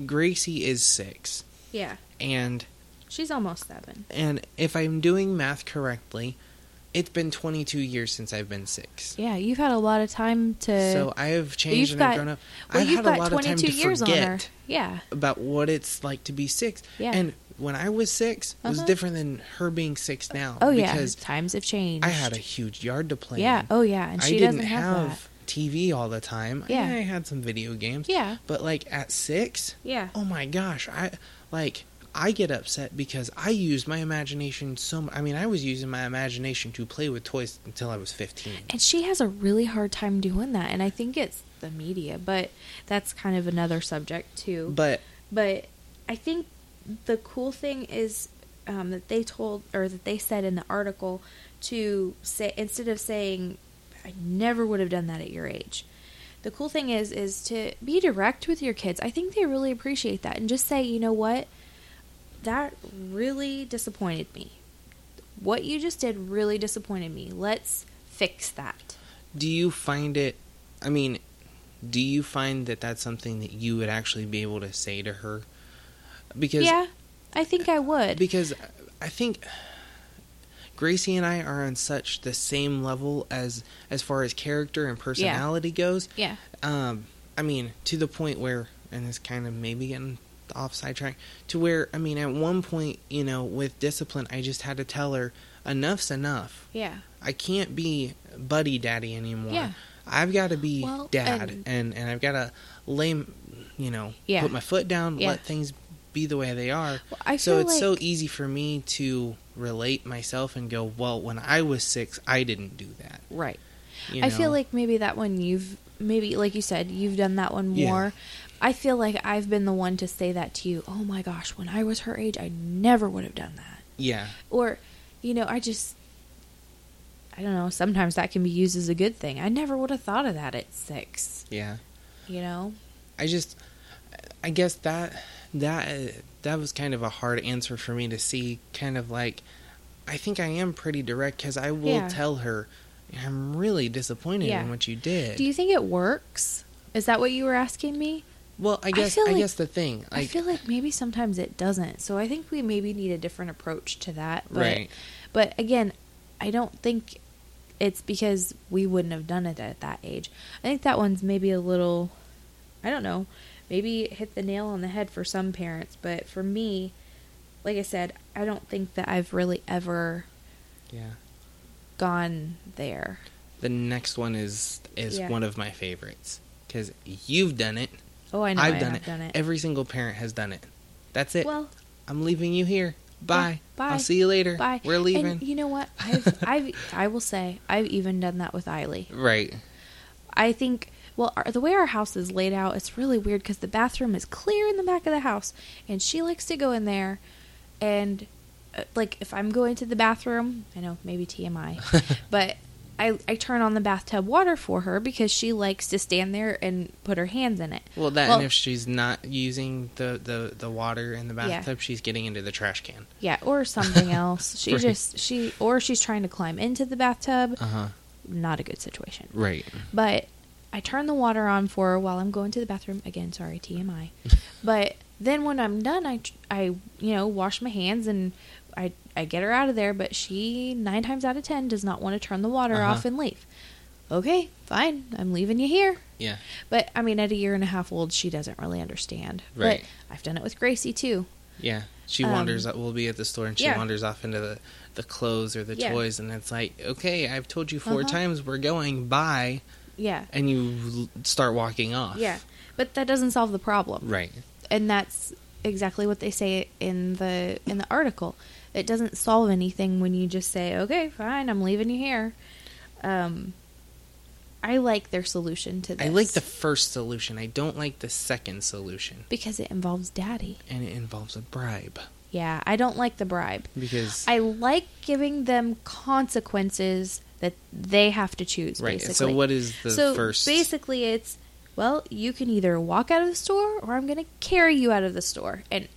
[SPEAKER 1] Gracie is six,
[SPEAKER 2] yeah,
[SPEAKER 1] and
[SPEAKER 2] she's almost seven.
[SPEAKER 1] and if I'm doing math correctly, it's been 22 years since I've been six.
[SPEAKER 2] Yeah, you've had a lot of time to.
[SPEAKER 1] So I have
[SPEAKER 2] Uh, you've
[SPEAKER 1] changed and
[SPEAKER 2] got,
[SPEAKER 1] I've grown up.
[SPEAKER 2] Well,
[SPEAKER 1] I've
[SPEAKER 2] you've
[SPEAKER 1] had
[SPEAKER 2] got
[SPEAKER 1] a lot of time
[SPEAKER 2] 22
[SPEAKER 1] to
[SPEAKER 2] years on her.
[SPEAKER 1] forget
[SPEAKER 2] Yeah,
[SPEAKER 1] about what it's like to be six.
[SPEAKER 2] Yeah.
[SPEAKER 1] And when I was 6 it was
[SPEAKER 2] Uh-huh.
[SPEAKER 1] different than her being six now.
[SPEAKER 2] Oh yeah,
[SPEAKER 1] because
[SPEAKER 2] times have changed.
[SPEAKER 1] I had a huge yard to play.
[SPEAKER 2] yeah.
[SPEAKER 1] in.
[SPEAKER 2] Oh yeah, and
[SPEAKER 1] I
[SPEAKER 2] she
[SPEAKER 1] didn't
[SPEAKER 2] doesn't have, that.
[SPEAKER 1] TV all the time.
[SPEAKER 2] Yeah.
[SPEAKER 1] I, I had some video games.
[SPEAKER 2] Yeah.
[SPEAKER 1] But like at six,
[SPEAKER 2] Yeah.
[SPEAKER 1] oh my gosh, I like I get upset because I used my imagination so. mu- I mean, I was using my imagination to play with toys until I was fifteen.
[SPEAKER 2] And she has a really hard time doing that, and I think it's the media, but that's kind of another subject too.
[SPEAKER 1] But
[SPEAKER 2] But I think the cool thing is um, that they told or that they said in the article to say instead of saying I never would have done that at your age. The cool thing is is to be direct with your kids. I think they really appreciate that and just say, you know what, that really disappointed me. What you just did really disappointed me. Let's fix that.
[SPEAKER 1] do you find it? I mean, do you find that that's something that you would actually be able to say to her? Because
[SPEAKER 2] Yeah, I think I would.
[SPEAKER 1] because I think Gracie and I are on such the same level as as far as character and personality goes.
[SPEAKER 2] yeah.
[SPEAKER 1] Um, I mean, to the point where, and this kind of maybe getting off sidetrack, to where I mean, at one point, you know, with discipline, I just had to tell her enough's enough.
[SPEAKER 2] Yeah.
[SPEAKER 1] I can't be buddy daddy anymore.
[SPEAKER 2] Yeah.
[SPEAKER 1] I've got to be
[SPEAKER 2] Well,
[SPEAKER 1] dad,
[SPEAKER 2] and-
[SPEAKER 1] and, and I've got to lay, m- you know,
[SPEAKER 2] Yeah.
[SPEAKER 1] put my foot down,
[SPEAKER 2] Yeah.
[SPEAKER 1] let things be the way they are.
[SPEAKER 2] Well, I
[SPEAKER 1] so
[SPEAKER 2] feel
[SPEAKER 1] it's so
[SPEAKER 2] like-
[SPEAKER 1] easy for me to relate myself and go, well, when I was six, I didn't do that.
[SPEAKER 2] Right.
[SPEAKER 1] you
[SPEAKER 2] I
[SPEAKER 1] know?
[SPEAKER 2] feel like maybe that one you've maybe like you said you've done that one
[SPEAKER 1] Yeah.
[SPEAKER 2] more. I feel like I've been the one to say that to you. Oh my gosh, when I was her age, I never would have done that.
[SPEAKER 1] yeah,
[SPEAKER 2] Or, you know, I just I don't know, sometimes that can be used as a good thing. I never would have thought of that at 6,
[SPEAKER 1] yeah.
[SPEAKER 2] you know?
[SPEAKER 1] I just, I guess that that uh, that was kind of a hard answer for me to see. Kind of like, I think I am pretty direct because I will
[SPEAKER 2] Yeah.
[SPEAKER 1] tell her I'm really disappointed
[SPEAKER 2] Yeah.
[SPEAKER 1] in what you did.
[SPEAKER 2] Do you think it works? Is that what you were asking me?
[SPEAKER 1] well, I guess I,
[SPEAKER 2] feel like-
[SPEAKER 1] guess the thing, like,
[SPEAKER 2] I feel like maybe sometimes it doesn't. So I think we maybe need a different approach to that. But,
[SPEAKER 1] Right.
[SPEAKER 2] But again, I don't think it's because we wouldn't have done it at that age. I think that one's maybe a little, I don't know, maybe it hit the nail on the head for some parents. But for me, like I said, I don't think that I've really ever
[SPEAKER 1] yeah.
[SPEAKER 2] gone there.
[SPEAKER 1] The next one is is
[SPEAKER 2] Yeah.
[SPEAKER 1] one of my favorites because you've done it.
[SPEAKER 2] Oh, I know
[SPEAKER 1] I've
[SPEAKER 2] I
[SPEAKER 1] done
[SPEAKER 2] have
[SPEAKER 1] it. Every single parent has done it. That's it.
[SPEAKER 2] Well,
[SPEAKER 1] I'm leaving you here. Bye.
[SPEAKER 2] bye.
[SPEAKER 1] I'll see you later.
[SPEAKER 2] bye.
[SPEAKER 1] We're leaving.
[SPEAKER 2] And you know what? I've, I've, I will say, I've even done that with Eiley.
[SPEAKER 1] right.
[SPEAKER 2] I think well our, the way our house is laid out it's really weird because the bathroom is clear in the back of the house and she likes to go in there and uh, like if I'm going to the bathroom I know maybe TMI but I I turn on the bathtub water for her because she likes to stand there and put her hands in it
[SPEAKER 1] Well, that and if she's not using the, the, the water in the
[SPEAKER 2] Yeah.
[SPEAKER 1] bathtub, she's getting into the trash can.
[SPEAKER 2] yeah or something else she
[SPEAKER 1] Right.
[SPEAKER 2] just she or she's trying to climb into the bathtub
[SPEAKER 1] huh.
[SPEAKER 2] not a good situation
[SPEAKER 1] Uh-huh. Right.
[SPEAKER 2] But I turn the water on for her while I'm going to the bathroom. Again, sorry, TMI. but then when I'm done, I, tr- I you know, wash my hands and I, I get her out of there. But she, nine times out of ten, does not want to turn the water
[SPEAKER 1] Uh-huh.
[SPEAKER 2] off and leave. Okay, fine. I'm leaving you here.
[SPEAKER 1] Yeah.
[SPEAKER 2] But I mean, at a year and a half old, she doesn't really understand.
[SPEAKER 1] Right.
[SPEAKER 2] But I've done it with Gracie too.
[SPEAKER 1] Yeah. She
[SPEAKER 2] Um,
[SPEAKER 1] wanders. uh, We'll be at the store, and she
[SPEAKER 2] yeah.
[SPEAKER 1] wanders off into the, the clothes or the
[SPEAKER 2] Yeah.
[SPEAKER 1] toys, and it's like, okay, I've told you 4
[SPEAKER 2] Uh-huh.
[SPEAKER 1] times we're going. Bye,
[SPEAKER 2] Yeah.
[SPEAKER 1] and you l- start walking off.
[SPEAKER 2] Yeah. But that doesn't solve the problem.
[SPEAKER 1] Right.
[SPEAKER 2] and that's exactly what they say in the in the article. It doesn't solve anything when you just say, "Okay, fine, I'm leaving you here." Um, I like their solution to this.
[SPEAKER 1] I like the first solution. I don't like the second solution,
[SPEAKER 2] because it involves daddy.
[SPEAKER 1] and it involves a bribe
[SPEAKER 2] Yeah, I don't like the bribe.
[SPEAKER 1] because
[SPEAKER 2] I like giving them consequences that they have to choose.
[SPEAKER 1] Right, and so
[SPEAKER 2] Basically.
[SPEAKER 1] what is the
[SPEAKER 2] so
[SPEAKER 1] first-
[SPEAKER 2] Basically, it's well, you can either walk out of the store or I'm going to carry you out of the store. And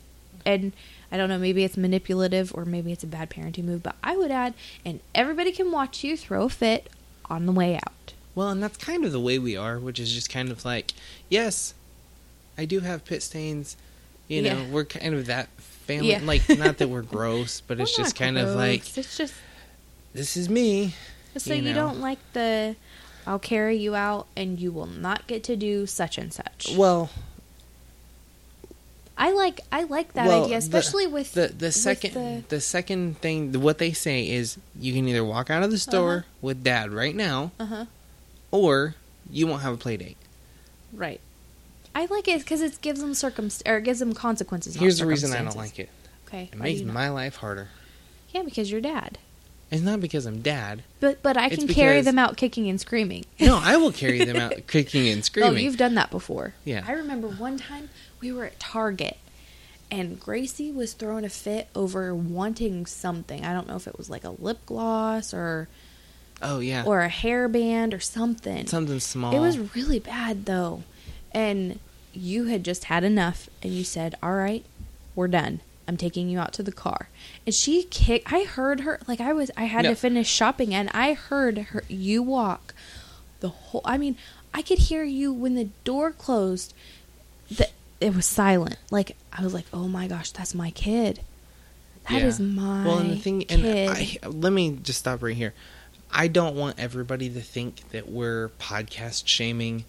[SPEAKER 2] and I don't know, maybe it's manipulative or maybe it's a bad parenting move, but I would add and everybody can watch you throw a fit on the way out.
[SPEAKER 1] Well, and that's kind of the way we are, which is just kind of like, yes, I do have pit stains. You know,
[SPEAKER 2] Yeah.
[SPEAKER 1] we're kind of that family.
[SPEAKER 2] Yeah.
[SPEAKER 1] Like, not that we're gross, but it's
[SPEAKER 2] We're
[SPEAKER 1] just
[SPEAKER 2] not
[SPEAKER 1] kind of
[SPEAKER 2] gross.
[SPEAKER 1] like,
[SPEAKER 2] it's just
[SPEAKER 1] this is me.
[SPEAKER 2] so
[SPEAKER 1] you
[SPEAKER 2] you,
[SPEAKER 1] know.
[SPEAKER 2] don't like the I'll carry you out and you will not get to do such and such.
[SPEAKER 1] Well,
[SPEAKER 2] I like I like that
[SPEAKER 1] well,
[SPEAKER 2] idea,
[SPEAKER 1] the-
[SPEAKER 2] especially with
[SPEAKER 1] the the
[SPEAKER 2] with
[SPEAKER 1] second the,
[SPEAKER 2] the-
[SPEAKER 1] second thing what they say is you can either walk out of the store
[SPEAKER 2] Uh-huh.
[SPEAKER 1] with dad right now,
[SPEAKER 2] uh huh.
[SPEAKER 1] or you won't have a play date.
[SPEAKER 2] Right. I like it because it gives them circumst or it gives them consequences. not
[SPEAKER 1] Here's the reason I don't
[SPEAKER 2] circumstances.
[SPEAKER 1] like it.
[SPEAKER 2] Okay.
[SPEAKER 1] It
[SPEAKER 2] why do
[SPEAKER 1] makes
[SPEAKER 2] you not?
[SPEAKER 1] my life harder.
[SPEAKER 2] yeah, because you're dad.
[SPEAKER 1] It's not because I'm dad.
[SPEAKER 2] But but I
[SPEAKER 1] It's
[SPEAKER 2] can carry
[SPEAKER 1] because-
[SPEAKER 2] them out kicking and screaming.
[SPEAKER 1] No, I will carry them out kicking and
[SPEAKER 2] Oh,
[SPEAKER 1] screaming.
[SPEAKER 2] you've done that before.
[SPEAKER 1] Yeah.
[SPEAKER 2] I remember one time we were at Target and Gracie was throwing a fit over wanting something. I don't know if it was like a lip gloss or
[SPEAKER 1] oh yeah.
[SPEAKER 2] or a hairband or something.
[SPEAKER 1] Something small.
[SPEAKER 2] It was really bad though. And you had just had enough and you said, "All right, we're done. I'm taking you out to the car." And she kicked I heard her like I was I had
[SPEAKER 1] No.
[SPEAKER 2] to finish shopping and I heard her you walk the whole I mean, I could hear you when the door closed. The, it was silent. Like I was like, "Oh my gosh, that's my kid." That is my
[SPEAKER 1] Well, and the thing,
[SPEAKER 2] kid.
[SPEAKER 1] and I, let me just stop right here. I don't want everybody to think that we're podcast shaming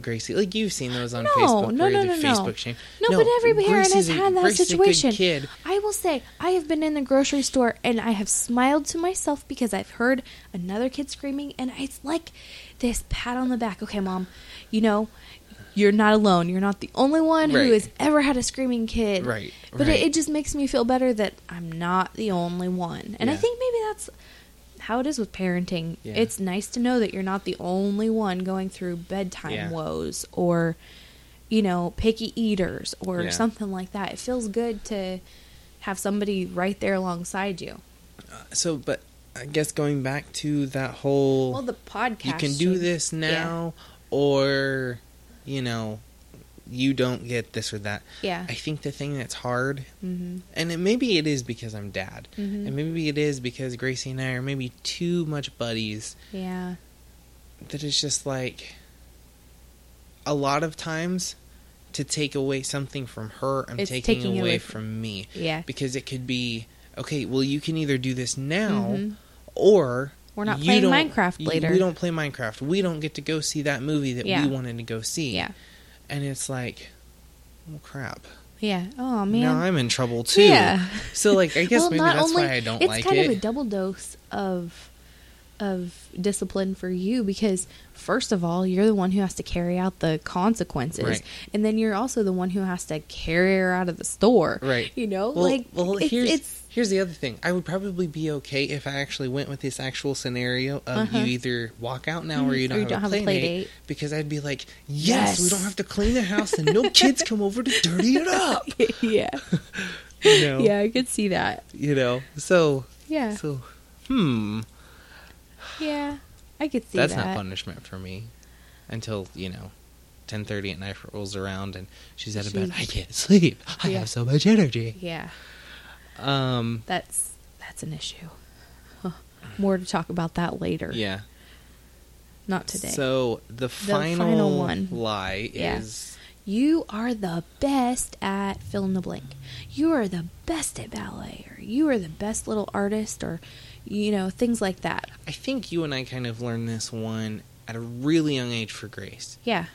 [SPEAKER 1] Gracie. Like you've seen those on
[SPEAKER 2] No,
[SPEAKER 1] Facebook,
[SPEAKER 2] no,
[SPEAKER 1] where
[SPEAKER 2] no,
[SPEAKER 1] the
[SPEAKER 2] no, no.
[SPEAKER 1] Facebook shame.
[SPEAKER 2] No, but every parent
[SPEAKER 1] Gracie's
[SPEAKER 2] has
[SPEAKER 1] a-
[SPEAKER 2] had that
[SPEAKER 1] Gracie's a good
[SPEAKER 2] situation.
[SPEAKER 1] kid.
[SPEAKER 2] I will say, I have been in the grocery store and I have smiled to myself because I've heard another kid screaming, and it's like this pat on the back. Okay, mom, you know, you're not alone. You're not the only one
[SPEAKER 1] Right.
[SPEAKER 2] who has ever had a screaming kid.
[SPEAKER 1] Right,
[SPEAKER 2] But
[SPEAKER 1] right.
[SPEAKER 2] It, it just makes me feel better that I'm not the only one. And I
[SPEAKER 1] Yeah.
[SPEAKER 2] think maybe that's how it is with parenting.
[SPEAKER 1] Yeah.
[SPEAKER 2] It's nice to know that you're not the only one going through bedtime
[SPEAKER 1] Yeah.
[SPEAKER 2] woes or you know, picky eaters or
[SPEAKER 1] Yeah.
[SPEAKER 2] something like that. It feels good to have somebody right there alongside you.
[SPEAKER 1] So, but I guess going back to that whole,
[SPEAKER 2] Well, the podcast.
[SPEAKER 1] you can do
[SPEAKER 2] should-
[SPEAKER 1] this now, or you know, you don't get this or that.
[SPEAKER 2] Yeah.
[SPEAKER 1] I think the thing that's hard
[SPEAKER 2] hmm
[SPEAKER 1] and it, maybe it is because I'm dad,
[SPEAKER 2] Mhm.
[SPEAKER 1] and maybe it is because Gracie and I are maybe too much buddies
[SPEAKER 2] Yeah.
[SPEAKER 1] that it's just like a lot of times to take away something from her, I'm
[SPEAKER 2] It's
[SPEAKER 1] taking,
[SPEAKER 2] taking
[SPEAKER 1] away,
[SPEAKER 2] away
[SPEAKER 1] from, me
[SPEAKER 2] Yeah.
[SPEAKER 1] because it could be okay. Well, you can either do this now
[SPEAKER 2] Mhm.
[SPEAKER 1] or
[SPEAKER 2] We're not
[SPEAKER 1] you
[SPEAKER 2] playing
[SPEAKER 1] don't-
[SPEAKER 2] Minecraft
[SPEAKER 1] you-
[SPEAKER 2] later.
[SPEAKER 1] We don't play Minecraft. We don't get to go see that movie that
[SPEAKER 2] Yeah.
[SPEAKER 1] we wanted to go see.
[SPEAKER 2] Yeah.
[SPEAKER 1] and it's like, well, crap.
[SPEAKER 2] Yeah. Oh man.
[SPEAKER 1] Now I'm in trouble too.
[SPEAKER 2] Yeah.
[SPEAKER 1] So like, I guess
[SPEAKER 2] well,
[SPEAKER 1] maybe
[SPEAKER 2] not
[SPEAKER 1] that's
[SPEAKER 2] only
[SPEAKER 1] why I don't
[SPEAKER 2] it's
[SPEAKER 1] like
[SPEAKER 2] kind
[SPEAKER 1] it.
[SPEAKER 2] of a double dose of of discipline for you because first of all you're the one who has to carry out the consequences
[SPEAKER 1] Right.
[SPEAKER 2] and then you're also the one who has to carry her out of the store
[SPEAKER 1] Right.
[SPEAKER 2] you know
[SPEAKER 1] Well,
[SPEAKER 2] like
[SPEAKER 1] well,
[SPEAKER 2] it's,
[SPEAKER 1] here's
[SPEAKER 2] it's
[SPEAKER 1] here's the other thing. I would probably be okay if I actually went with this actual scenario of
[SPEAKER 2] Uh-huh.
[SPEAKER 1] you either walk out now
[SPEAKER 2] Mm-hmm.
[SPEAKER 1] or you don't, have, a play date,
[SPEAKER 2] date.
[SPEAKER 1] because I'd be like, yes, we
[SPEAKER 2] Yes.
[SPEAKER 1] don't have to clean the house and no kids come over to dirty it up.
[SPEAKER 2] yeah
[SPEAKER 1] You know,
[SPEAKER 2] yeah i could see that
[SPEAKER 1] you know. So
[SPEAKER 2] yeah
[SPEAKER 1] so, hmm,
[SPEAKER 2] yeah i could see
[SPEAKER 1] that's
[SPEAKER 2] that
[SPEAKER 1] not punishment for me until you know. 10:30 at night rolls around and she's out of bed. I
[SPEAKER 2] She's-
[SPEAKER 1] can't sleep. I
[SPEAKER 2] Yeah.
[SPEAKER 1] have so much energy.
[SPEAKER 2] yeah
[SPEAKER 1] Um
[SPEAKER 2] that's that's an issue Huh. more to talk about that later
[SPEAKER 1] yeah.
[SPEAKER 2] not today
[SPEAKER 1] So the final,
[SPEAKER 2] final one.
[SPEAKER 1] lie
[SPEAKER 2] Yeah.
[SPEAKER 1] is
[SPEAKER 2] You are the best at fill in the blank. You are the best at ballet, or you are the best little artist, or you know things like that.
[SPEAKER 1] I think you and I kind of learned this one at a really young age for Grace
[SPEAKER 2] Yeah,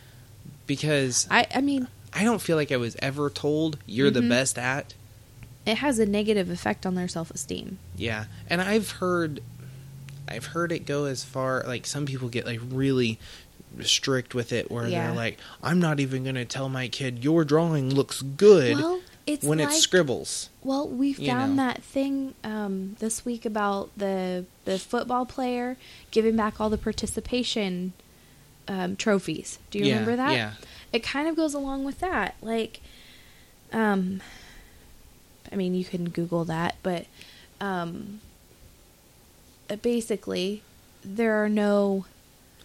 [SPEAKER 1] because
[SPEAKER 2] I I mean
[SPEAKER 1] I don't feel like I was ever told you're the
[SPEAKER 2] Mhm.
[SPEAKER 1] best at.
[SPEAKER 2] it has a negative effect on their self esteem.
[SPEAKER 1] Yeah. And I've heard I've heard it go as far like some people get like really strict with it where
[SPEAKER 2] Yeah.
[SPEAKER 1] they're like I'm not even going to tell my kid your drawing looks good
[SPEAKER 2] Well, it's
[SPEAKER 1] when
[SPEAKER 2] like,
[SPEAKER 1] it scribbles.
[SPEAKER 2] Well, we
[SPEAKER 1] you
[SPEAKER 2] found
[SPEAKER 1] know.
[SPEAKER 2] that thing um, this week about the the football player giving back all the participation um, trophies. Do you
[SPEAKER 1] Yeah,
[SPEAKER 2] remember that?
[SPEAKER 1] yeah.
[SPEAKER 2] It kind of goes along with that. Like, um, I mean, you can Google that, but um, uh, basically, there are no,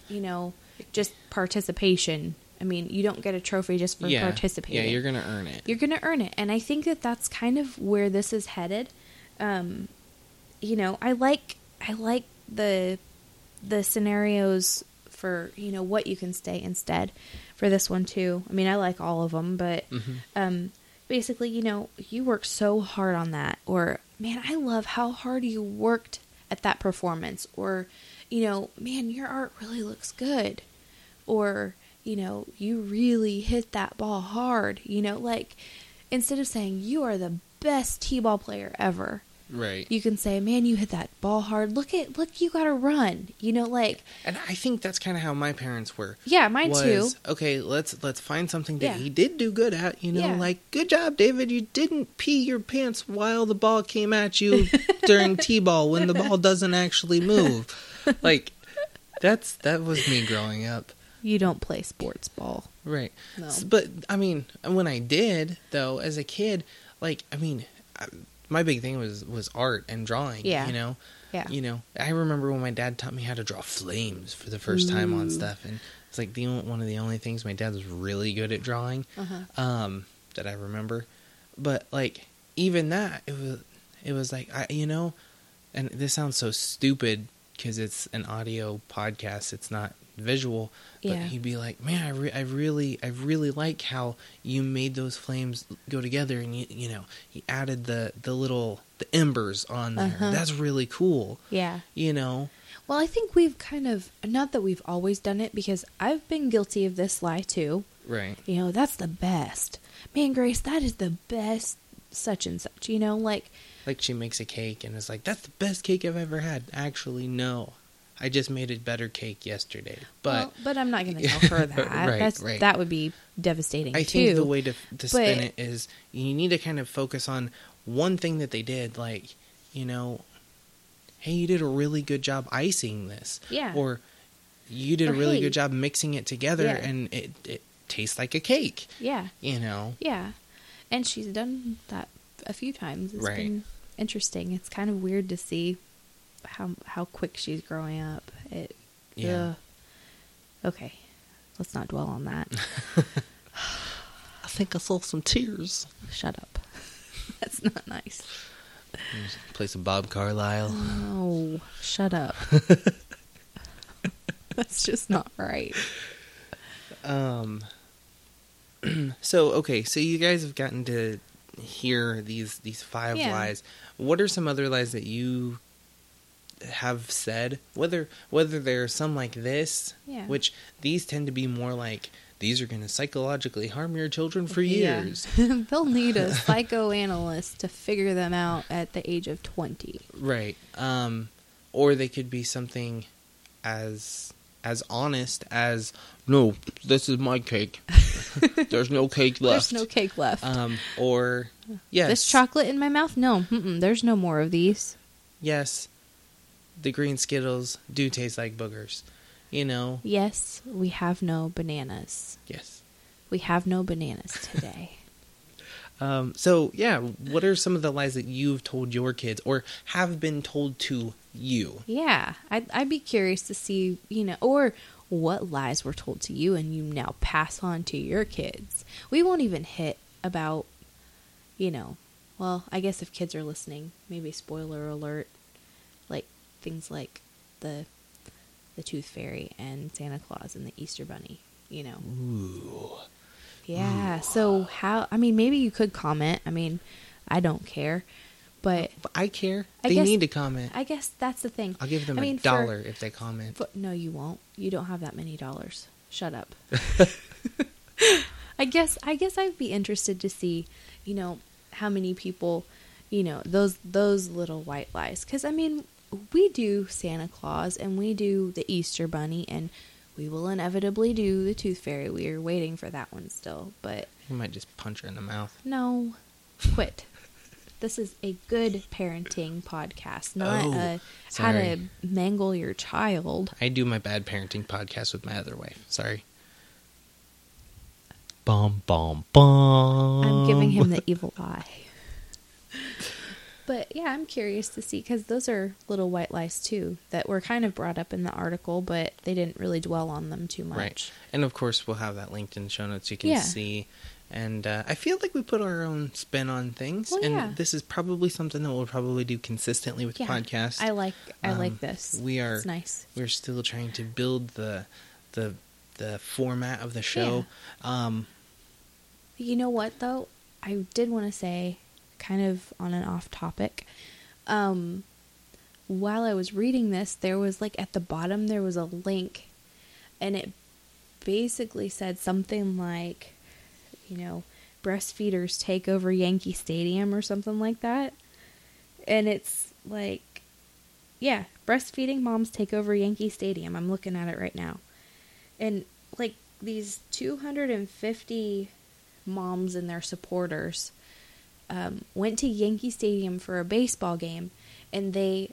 [SPEAKER 2] you know, just participation I mean, you don't get a trophy just for
[SPEAKER 1] yeah.
[SPEAKER 2] participating.
[SPEAKER 1] Yeah, you're gonna earn it.
[SPEAKER 2] you're going to earn it. And I think that that's kind of where this is headed. Um, you know, I like I like the the scenarios for you know what you can stay instead for this one too. I mean, I like all of them, but um, basically, you know, you work so hard on that, or man, I love how hard you worked at that performance, or you know, man, your art really looks good or you know you really hit that ball hard you know like instead of saying you are the best t-ball player ever
[SPEAKER 1] right.
[SPEAKER 2] you can say man you hit that ball hard look at look you got to run you know like
[SPEAKER 1] and I think that's kind of how my parents were.
[SPEAKER 2] yeah mine
[SPEAKER 1] was,
[SPEAKER 2] too
[SPEAKER 1] Okay, let's let's find something that
[SPEAKER 2] Yeah.
[SPEAKER 1] he did do good at. You know,
[SPEAKER 2] Yeah.
[SPEAKER 1] like good job, David. You didn't pee your pants while the ball came at you during t-ball when the ball doesn't actually move. Like that's that was me growing up.
[SPEAKER 2] you don't play sports ball
[SPEAKER 1] Right.
[SPEAKER 2] No.
[SPEAKER 1] S- But I mean, when I did though, as a kid, like I mean, I, my big thing was was art and drawing.
[SPEAKER 2] Yeah.
[SPEAKER 1] You know.
[SPEAKER 2] Yeah.
[SPEAKER 1] You know, I remember when my dad taught me how to draw flames for the first time
[SPEAKER 2] Mm.
[SPEAKER 1] on stuff, and it's like the only, one of the only things my dad was really good at drawing
[SPEAKER 2] Uh-huh.
[SPEAKER 1] um, that I remember. But like even that, it was it was like I you know, and this sounds so stupid because it's an audio podcast, it's not visual. But
[SPEAKER 2] Yeah.
[SPEAKER 1] he'd be like, "Man, I, re- I really, I really like how you made those flames go together, and you, you know, you added the the little the embers on there.
[SPEAKER 2] Uh-huh.
[SPEAKER 1] That's really cool."
[SPEAKER 2] yeah
[SPEAKER 1] you know
[SPEAKER 2] well i think we've kind of not that we've always done it because i've been guilty of this lie too
[SPEAKER 1] right
[SPEAKER 2] you know, that's the best. Man, Grace, that is the best such and such, you know, like
[SPEAKER 1] like she makes a cake and is like that's the best cake i've ever had actually no i just made a better cake yesterday but
[SPEAKER 2] well, but I'm not going to tell her that.
[SPEAKER 1] Right,
[SPEAKER 2] That's
[SPEAKER 1] right.
[SPEAKER 2] that would be devastating
[SPEAKER 1] i
[SPEAKER 2] too.
[SPEAKER 1] think the way to, to spin
[SPEAKER 2] but-
[SPEAKER 1] it is you need to kind of focus on one thing that they did like you know hey you did a really good job icing this
[SPEAKER 2] Yeah.
[SPEAKER 1] or you did
[SPEAKER 2] Or,
[SPEAKER 1] a really
[SPEAKER 2] "Hey."
[SPEAKER 1] good job mixing it together
[SPEAKER 2] Yeah.
[SPEAKER 1] and it, it tastes like a cake
[SPEAKER 2] yeah,
[SPEAKER 1] you know
[SPEAKER 2] yeah, and she's done that a few times. It's
[SPEAKER 1] Right.
[SPEAKER 2] been interesting. It's kind of weird to see how how quick she's growing up. It
[SPEAKER 1] Yeah.
[SPEAKER 2] ugh. Okay, let's not dwell on that.
[SPEAKER 1] i think i saw some tears
[SPEAKER 2] Shut up. That's not nice.
[SPEAKER 1] play some bob carlisle
[SPEAKER 2] No, shut up. That's just not right.
[SPEAKER 1] Um. so okay, so you guys have gotten to hear these these five
[SPEAKER 2] Yeah.
[SPEAKER 1] lies. What are some other lies that you have said? Whether whether there are some like this,
[SPEAKER 2] Yeah.
[SPEAKER 1] which these tend to be more like these are going to psychologically harm your children for years,
[SPEAKER 2] Yeah. They'll need a psychoanalyst to figure them out at the age of 20.
[SPEAKER 1] right? Um, or they could be something as as honest as no, this is my cake. There's no cake left.
[SPEAKER 2] There's no cake left.
[SPEAKER 1] um, or yes,
[SPEAKER 2] This chocolate in my mouth? No, mm-mm, there's no more of these.
[SPEAKER 1] yes, the green Skittles do taste like boogers. You know,
[SPEAKER 2] Yes, we have no bananas.
[SPEAKER 1] yes.
[SPEAKER 2] We have no bananas today.
[SPEAKER 1] Um, so yeah, what are some of the lies that you've told your kids or have been told to you?
[SPEAKER 2] yeah, I'd, I'd be curious to see, you know, or what lies were told to you and you now pass on to your kids. We won't even hit about, you know, well, I guess if kids are listening, maybe spoiler alert, like things like the the tooth fairy and Santa Claus and the Easter bunny, you know.
[SPEAKER 1] Mm-hmm. Ooh,
[SPEAKER 2] Yeah. So how I mean maybe you could comment. I mean, I don't care. But
[SPEAKER 1] But I care.
[SPEAKER 2] I
[SPEAKER 1] they
[SPEAKER 2] guess-
[SPEAKER 1] need to comment.
[SPEAKER 2] I guess that's the thing.
[SPEAKER 1] I'll give them a
[SPEAKER 2] I mean, for-
[SPEAKER 1] dollar if they comment.
[SPEAKER 2] But no, you won't. You don't have that many dollars. Shut up. I guess I guess I'd be interested to see, you know, how many people, you know, those those little white lies. Because I mean, we do Santa Claus and we do the Easter Bunny and we will inevitably do the Tooth Fairy. We are waiting for that one still, but
[SPEAKER 1] I might just punch her in the mouth.
[SPEAKER 2] no, quit. This is a good parenting podcast, not
[SPEAKER 1] Oh,
[SPEAKER 2] a how to
[SPEAKER 1] sorry.
[SPEAKER 2] mangle your child.
[SPEAKER 1] I do my bad parenting podcast with my other wife. Sorry. Bom bom bom. Um,
[SPEAKER 2] I'm giving him the evil eye. But yeah, I'm curious to see because those are little white lice too that were kind of brought up in the article, but they didn't really dwell on them too much.
[SPEAKER 1] Right. And of course, we'll have that linked in the show notes. You can
[SPEAKER 2] Yeah.
[SPEAKER 1] see. And uh, I feel like we put our own spin on things.
[SPEAKER 2] Well,
[SPEAKER 1] and
[SPEAKER 2] yeah.
[SPEAKER 1] this is probably something that we'll probably do consistently with
[SPEAKER 2] Yeah,
[SPEAKER 1] the podcast.
[SPEAKER 2] I like I
[SPEAKER 1] Um,
[SPEAKER 2] like this.
[SPEAKER 1] we are-
[SPEAKER 2] it's nice.
[SPEAKER 1] We're still trying to build the the the format of the show. Um,
[SPEAKER 2] You know what though? I did want to say, kind of on an off topic. Um, while I was reading this, there was like at the bottom there was a link, and it basically said something like, you know, breastfeeders take over Yankee Stadium or something like that, and it's like, yeah, breastfeeding moms take over Yankee Stadium. I'm looking at it right now, and like these 250 moms and their supporters um, went to Yankee Stadium for a baseball game and they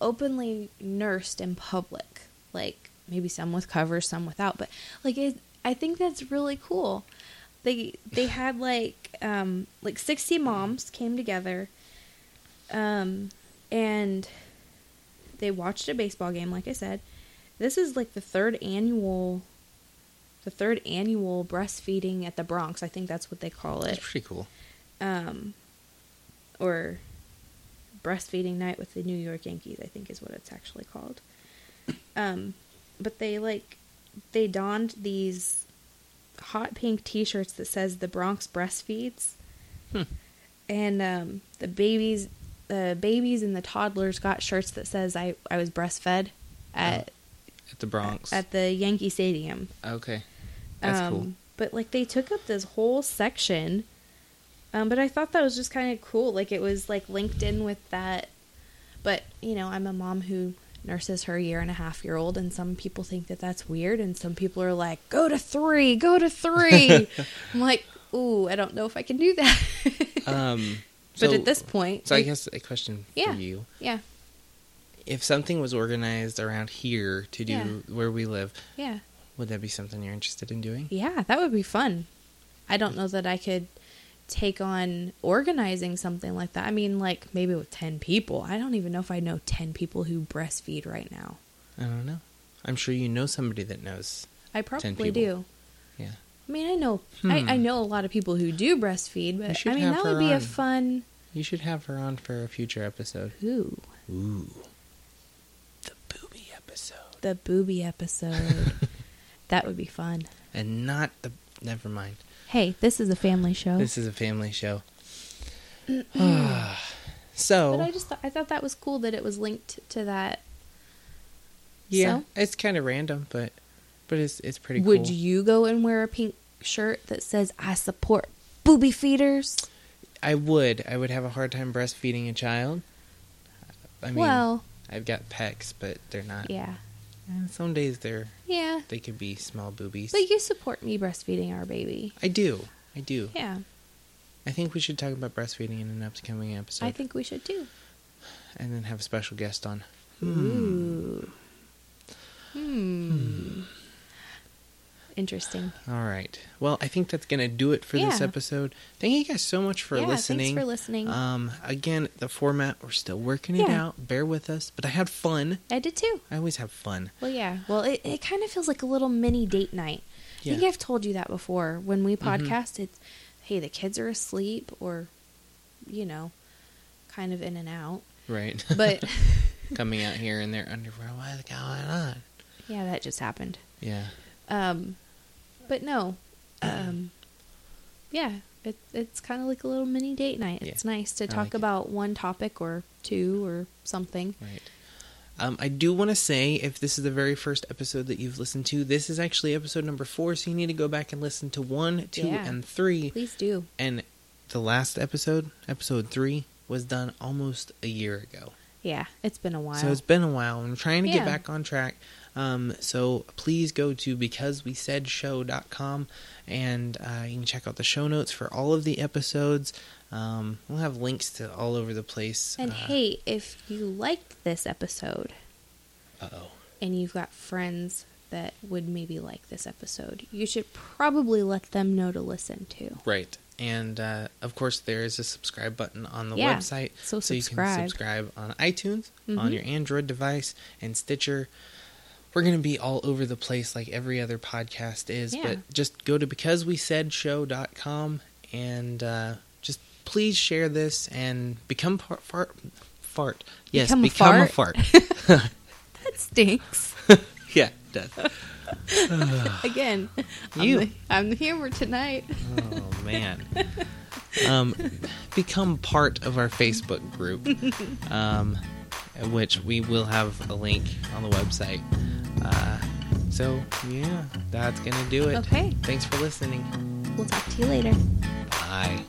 [SPEAKER 2] openly nursed in public. Like maybe some with covers, some without, but like it, I think that's really cool. They they had like um, like 60 moms came together um, and they watched a baseball game like I said. This is like the third annual the third annual breastfeeding at the Bronx. I think that's what they call it
[SPEAKER 1] it's pretty cool.
[SPEAKER 2] um, or breastfeeding night with the New York Yankees, I think is what it's actually called. Um, but they like they donned these hot pink T-shirts that says "The Bronx breastfeeds," and um, the babies, the babies and the toddlers got shirts that says "I I was breastfed" at
[SPEAKER 1] At the Bronx.
[SPEAKER 2] at the Yankee Stadium.
[SPEAKER 1] okay. That's cool.
[SPEAKER 2] Um, But like they took up this whole section. Um, but I thought that was just kind of cool. Like it was like linked in with that. But you know, I'm a mom who nurses her year and a half year old, and some people think that that's weird, and some people are like, "Go to three, go to three. I'm like, "Ooh, I don't know if I can do that."
[SPEAKER 1] Um,
[SPEAKER 2] but
[SPEAKER 1] so-
[SPEAKER 2] at this point,
[SPEAKER 1] So I
[SPEAKER 2] like,
[SPEAKER 1] guess a question
[SPEAKER 2] yeah,
[SPEAKER 1] for you.
[SPEAKER 2] yeah,
[SPEAKER 1] If something was organized around here to do
[SPEAKER 2] Yeah.
[SPEAKER 1] where we live,
[SPEAKER 2] yeah,
[SPEAKER 1] would that be something you're interested in doing?
[SPEAKER 2] yeah, that would be fun. I don't know that I could take on organizing something like that. I mean, like maybe with 10 people. I don't even know if I know 10 people who breastfeed right now.
[SPEAKER 1] I don't know. I'm sure you know somebody that knows.
[SPEAKER 2] I probably
[SPEAKER 1] people.
[SPEAKER 2] do.
[SPEAKER 1] Yeah.
[SPEAKER 2] I mean, I know I, I know a lot of people who do breastfeed,
[SPEAKER 1] We
[SPEAKER 2] but
[SPEAKER 1] should
[SPEAKER 2] I mean
[SPEAKER 1] have
[SPEAKER 2] that
[SPEAKER 1] her
[SPEAKER 2] would be
[SPEAKER 1] on.
[SPEAKER 2] a fun
[SPEAKER 1] You should have her on for a future episode.
[SPEAKER 2] ooh,
[SPEAKER 1] Ooh. The booby episode.
[SPEAKER 2] the booby episode. that would be fun.
[SPEAKER 1] And not the. Never mind.
[SPEAKER 2] Hey, this is a family show.
[SPEAKER 1] This is a family show.
[SPEAKER 2] but I
[SPEAKER 1] so,
[SPEAKER 2] just thought, I thought that was cool that it was linked to that.
[SPEAKER 1] yeah,
[SPEAKER 2] so?
[SPEAKER 1] it's kind of random, but but it's it's pretty
[SPEAKER 2] Would
[SPEAKER 1] cool.
[SPEAKER 2] you go and wear a pink shirt that says "I support booby feeders"?
[SPEAKER 1] I would. I would have a hard time breastfeeding a child. I mean,
[SPEAKER 2] well,
[SPEAKER 1] I've got pecs, but they're not.
[SPEAKER 2] yeah,
[SPEAKER 1] And some days they're
[SPEAKER 2] yeah.
[SPEAKER 1] they could be small boobies.
[SPEAKER 2] But you support me breastfeeding our baby.
[SPEAKER 1] I do. I do.
[SPEAKER 2] Yeah,
[SPEAKER 1] I think we should talk about breastfeeding in an upcoming episode,
[SPEAKER 2] I think we should too.
[SPEAKER 1] and then have a special guest on.
[SPEAKER 2] Ooh. Hmm. Interesting.
[SPEAKER 1] All right. Well, I think that's gonna do it for this
[SPEAKER 2] Yeah.
[SPEAKER 1] episode. Thank you guys so much for
[SPEAKER 2] yeah,
[SPEAKER 1] listening.
[SPEAKER 2] thanks for listening.
[SPEAKER 1] Um, again, the format we're still working it
[SPEAKER 2] Yeah.
[SPEAKER 1] out. Bear with us, but I had fun.
[SPEAKER 2] I did too.
[SPEAKER 1] I always have fun.
[SPEAKER 2] Well, yeah. Well, it, it kind of feels like a little mini date night. I
[SPEAKER 1] Yeah. Mm-hmm.
[SPEAKER 2] think I've told you that before. When we podcast, it's hey, the kids are asleep or, you know, kind of in and out.
[SPEAKER 1] Right.
[SPEAKER 2] But
[SPEAKER 1] Coming out here in their underwear. What's going on?
[SPEAKER 2] yeah, that just happened.
[SPEAKER 1] Yeah.
[SPEAKER 2] Um, but no, um, yeah, it, it's kind of like a little mini date night.
[SPEAKER 1] Yeah,
[SPEAKER 2] It's nice to
[SPEAKER 1] I
[SPEAKER 2] talk
[SPEAKER 1] like it.
[SPEAKER 2] about one topic or two or something.
[SPEAKER 1] Right. Um, I do want to say, if this is the very first episode that you've listened to, this is actually episode number four, so you need to go back and listen to one, two,
[SPEAKER 2] Yeah.
[SPEAKER 1] and three.
[SPEAKER 2] Please do.
[SPEAKER 1] And the last episode, episode three, was done almost a year ago.
[SPEAKER 2] Yeah, it's been a while.
[SPEAKER 1] So it's been a while. I'm trying to get
[SPEAKER 2] Yeah.
[SPEAKER 1] back on track. Um, so please go to becausewesaid.show.com and uh, you can check out the show notes for all of the episodes. Um, we'll have links to all over the place.
[SPEAKER 2] and
[SPEAKER 1] uh,
[SPEAKER 2] hey, if you liked this episode
[SPEAKER 1] Uh-oh.
[SPEAKER 2] and you've got friends that would maybe like this episode, you should probably let them know to listen to.
[SPEAKER 1] Right. And uh, of course, there is a subscribe button on the
[SPEAKER 2] Yeah,
[SPEAKER 1] website.
[SPEAKER 2] so
[SPEAKER 1] you
[SPEAKER 2] subscribe. Mm-hmm.
[SPEAKER 1] can subscribe on iTunes, on your Android device, and Stitcher. We're going to be all over the place like every other podcast is.
[SPEAKER 2] Yeah.
[SPEAKER 1] But just go to becausewesaidsshow.com and uh, just please share this and become part. Fart. fart. Yes,
[SPEAKER 2] Become a
[SPEAKER 1] become a fart.
[SPEAKER 2] That stinks.
[SPEAKER 1] yeah, it does.
[SPEAKER 2] Again,
[SPEAKER 1] You.
[SPEAKER 2] I'm, the, I'm the humor tonight.
[SPEAKER 1] Oh man. Um, become part of our Facebook group, um, which we will have a link on the website. Uh, so yeah, that's gonna do it.
[SPEAKER 2] Okay.
[SPEAKER 1] Thanks for listening.
[SPEAKER 2] We'll talk to you later.
[SPEAKER 1] Bye.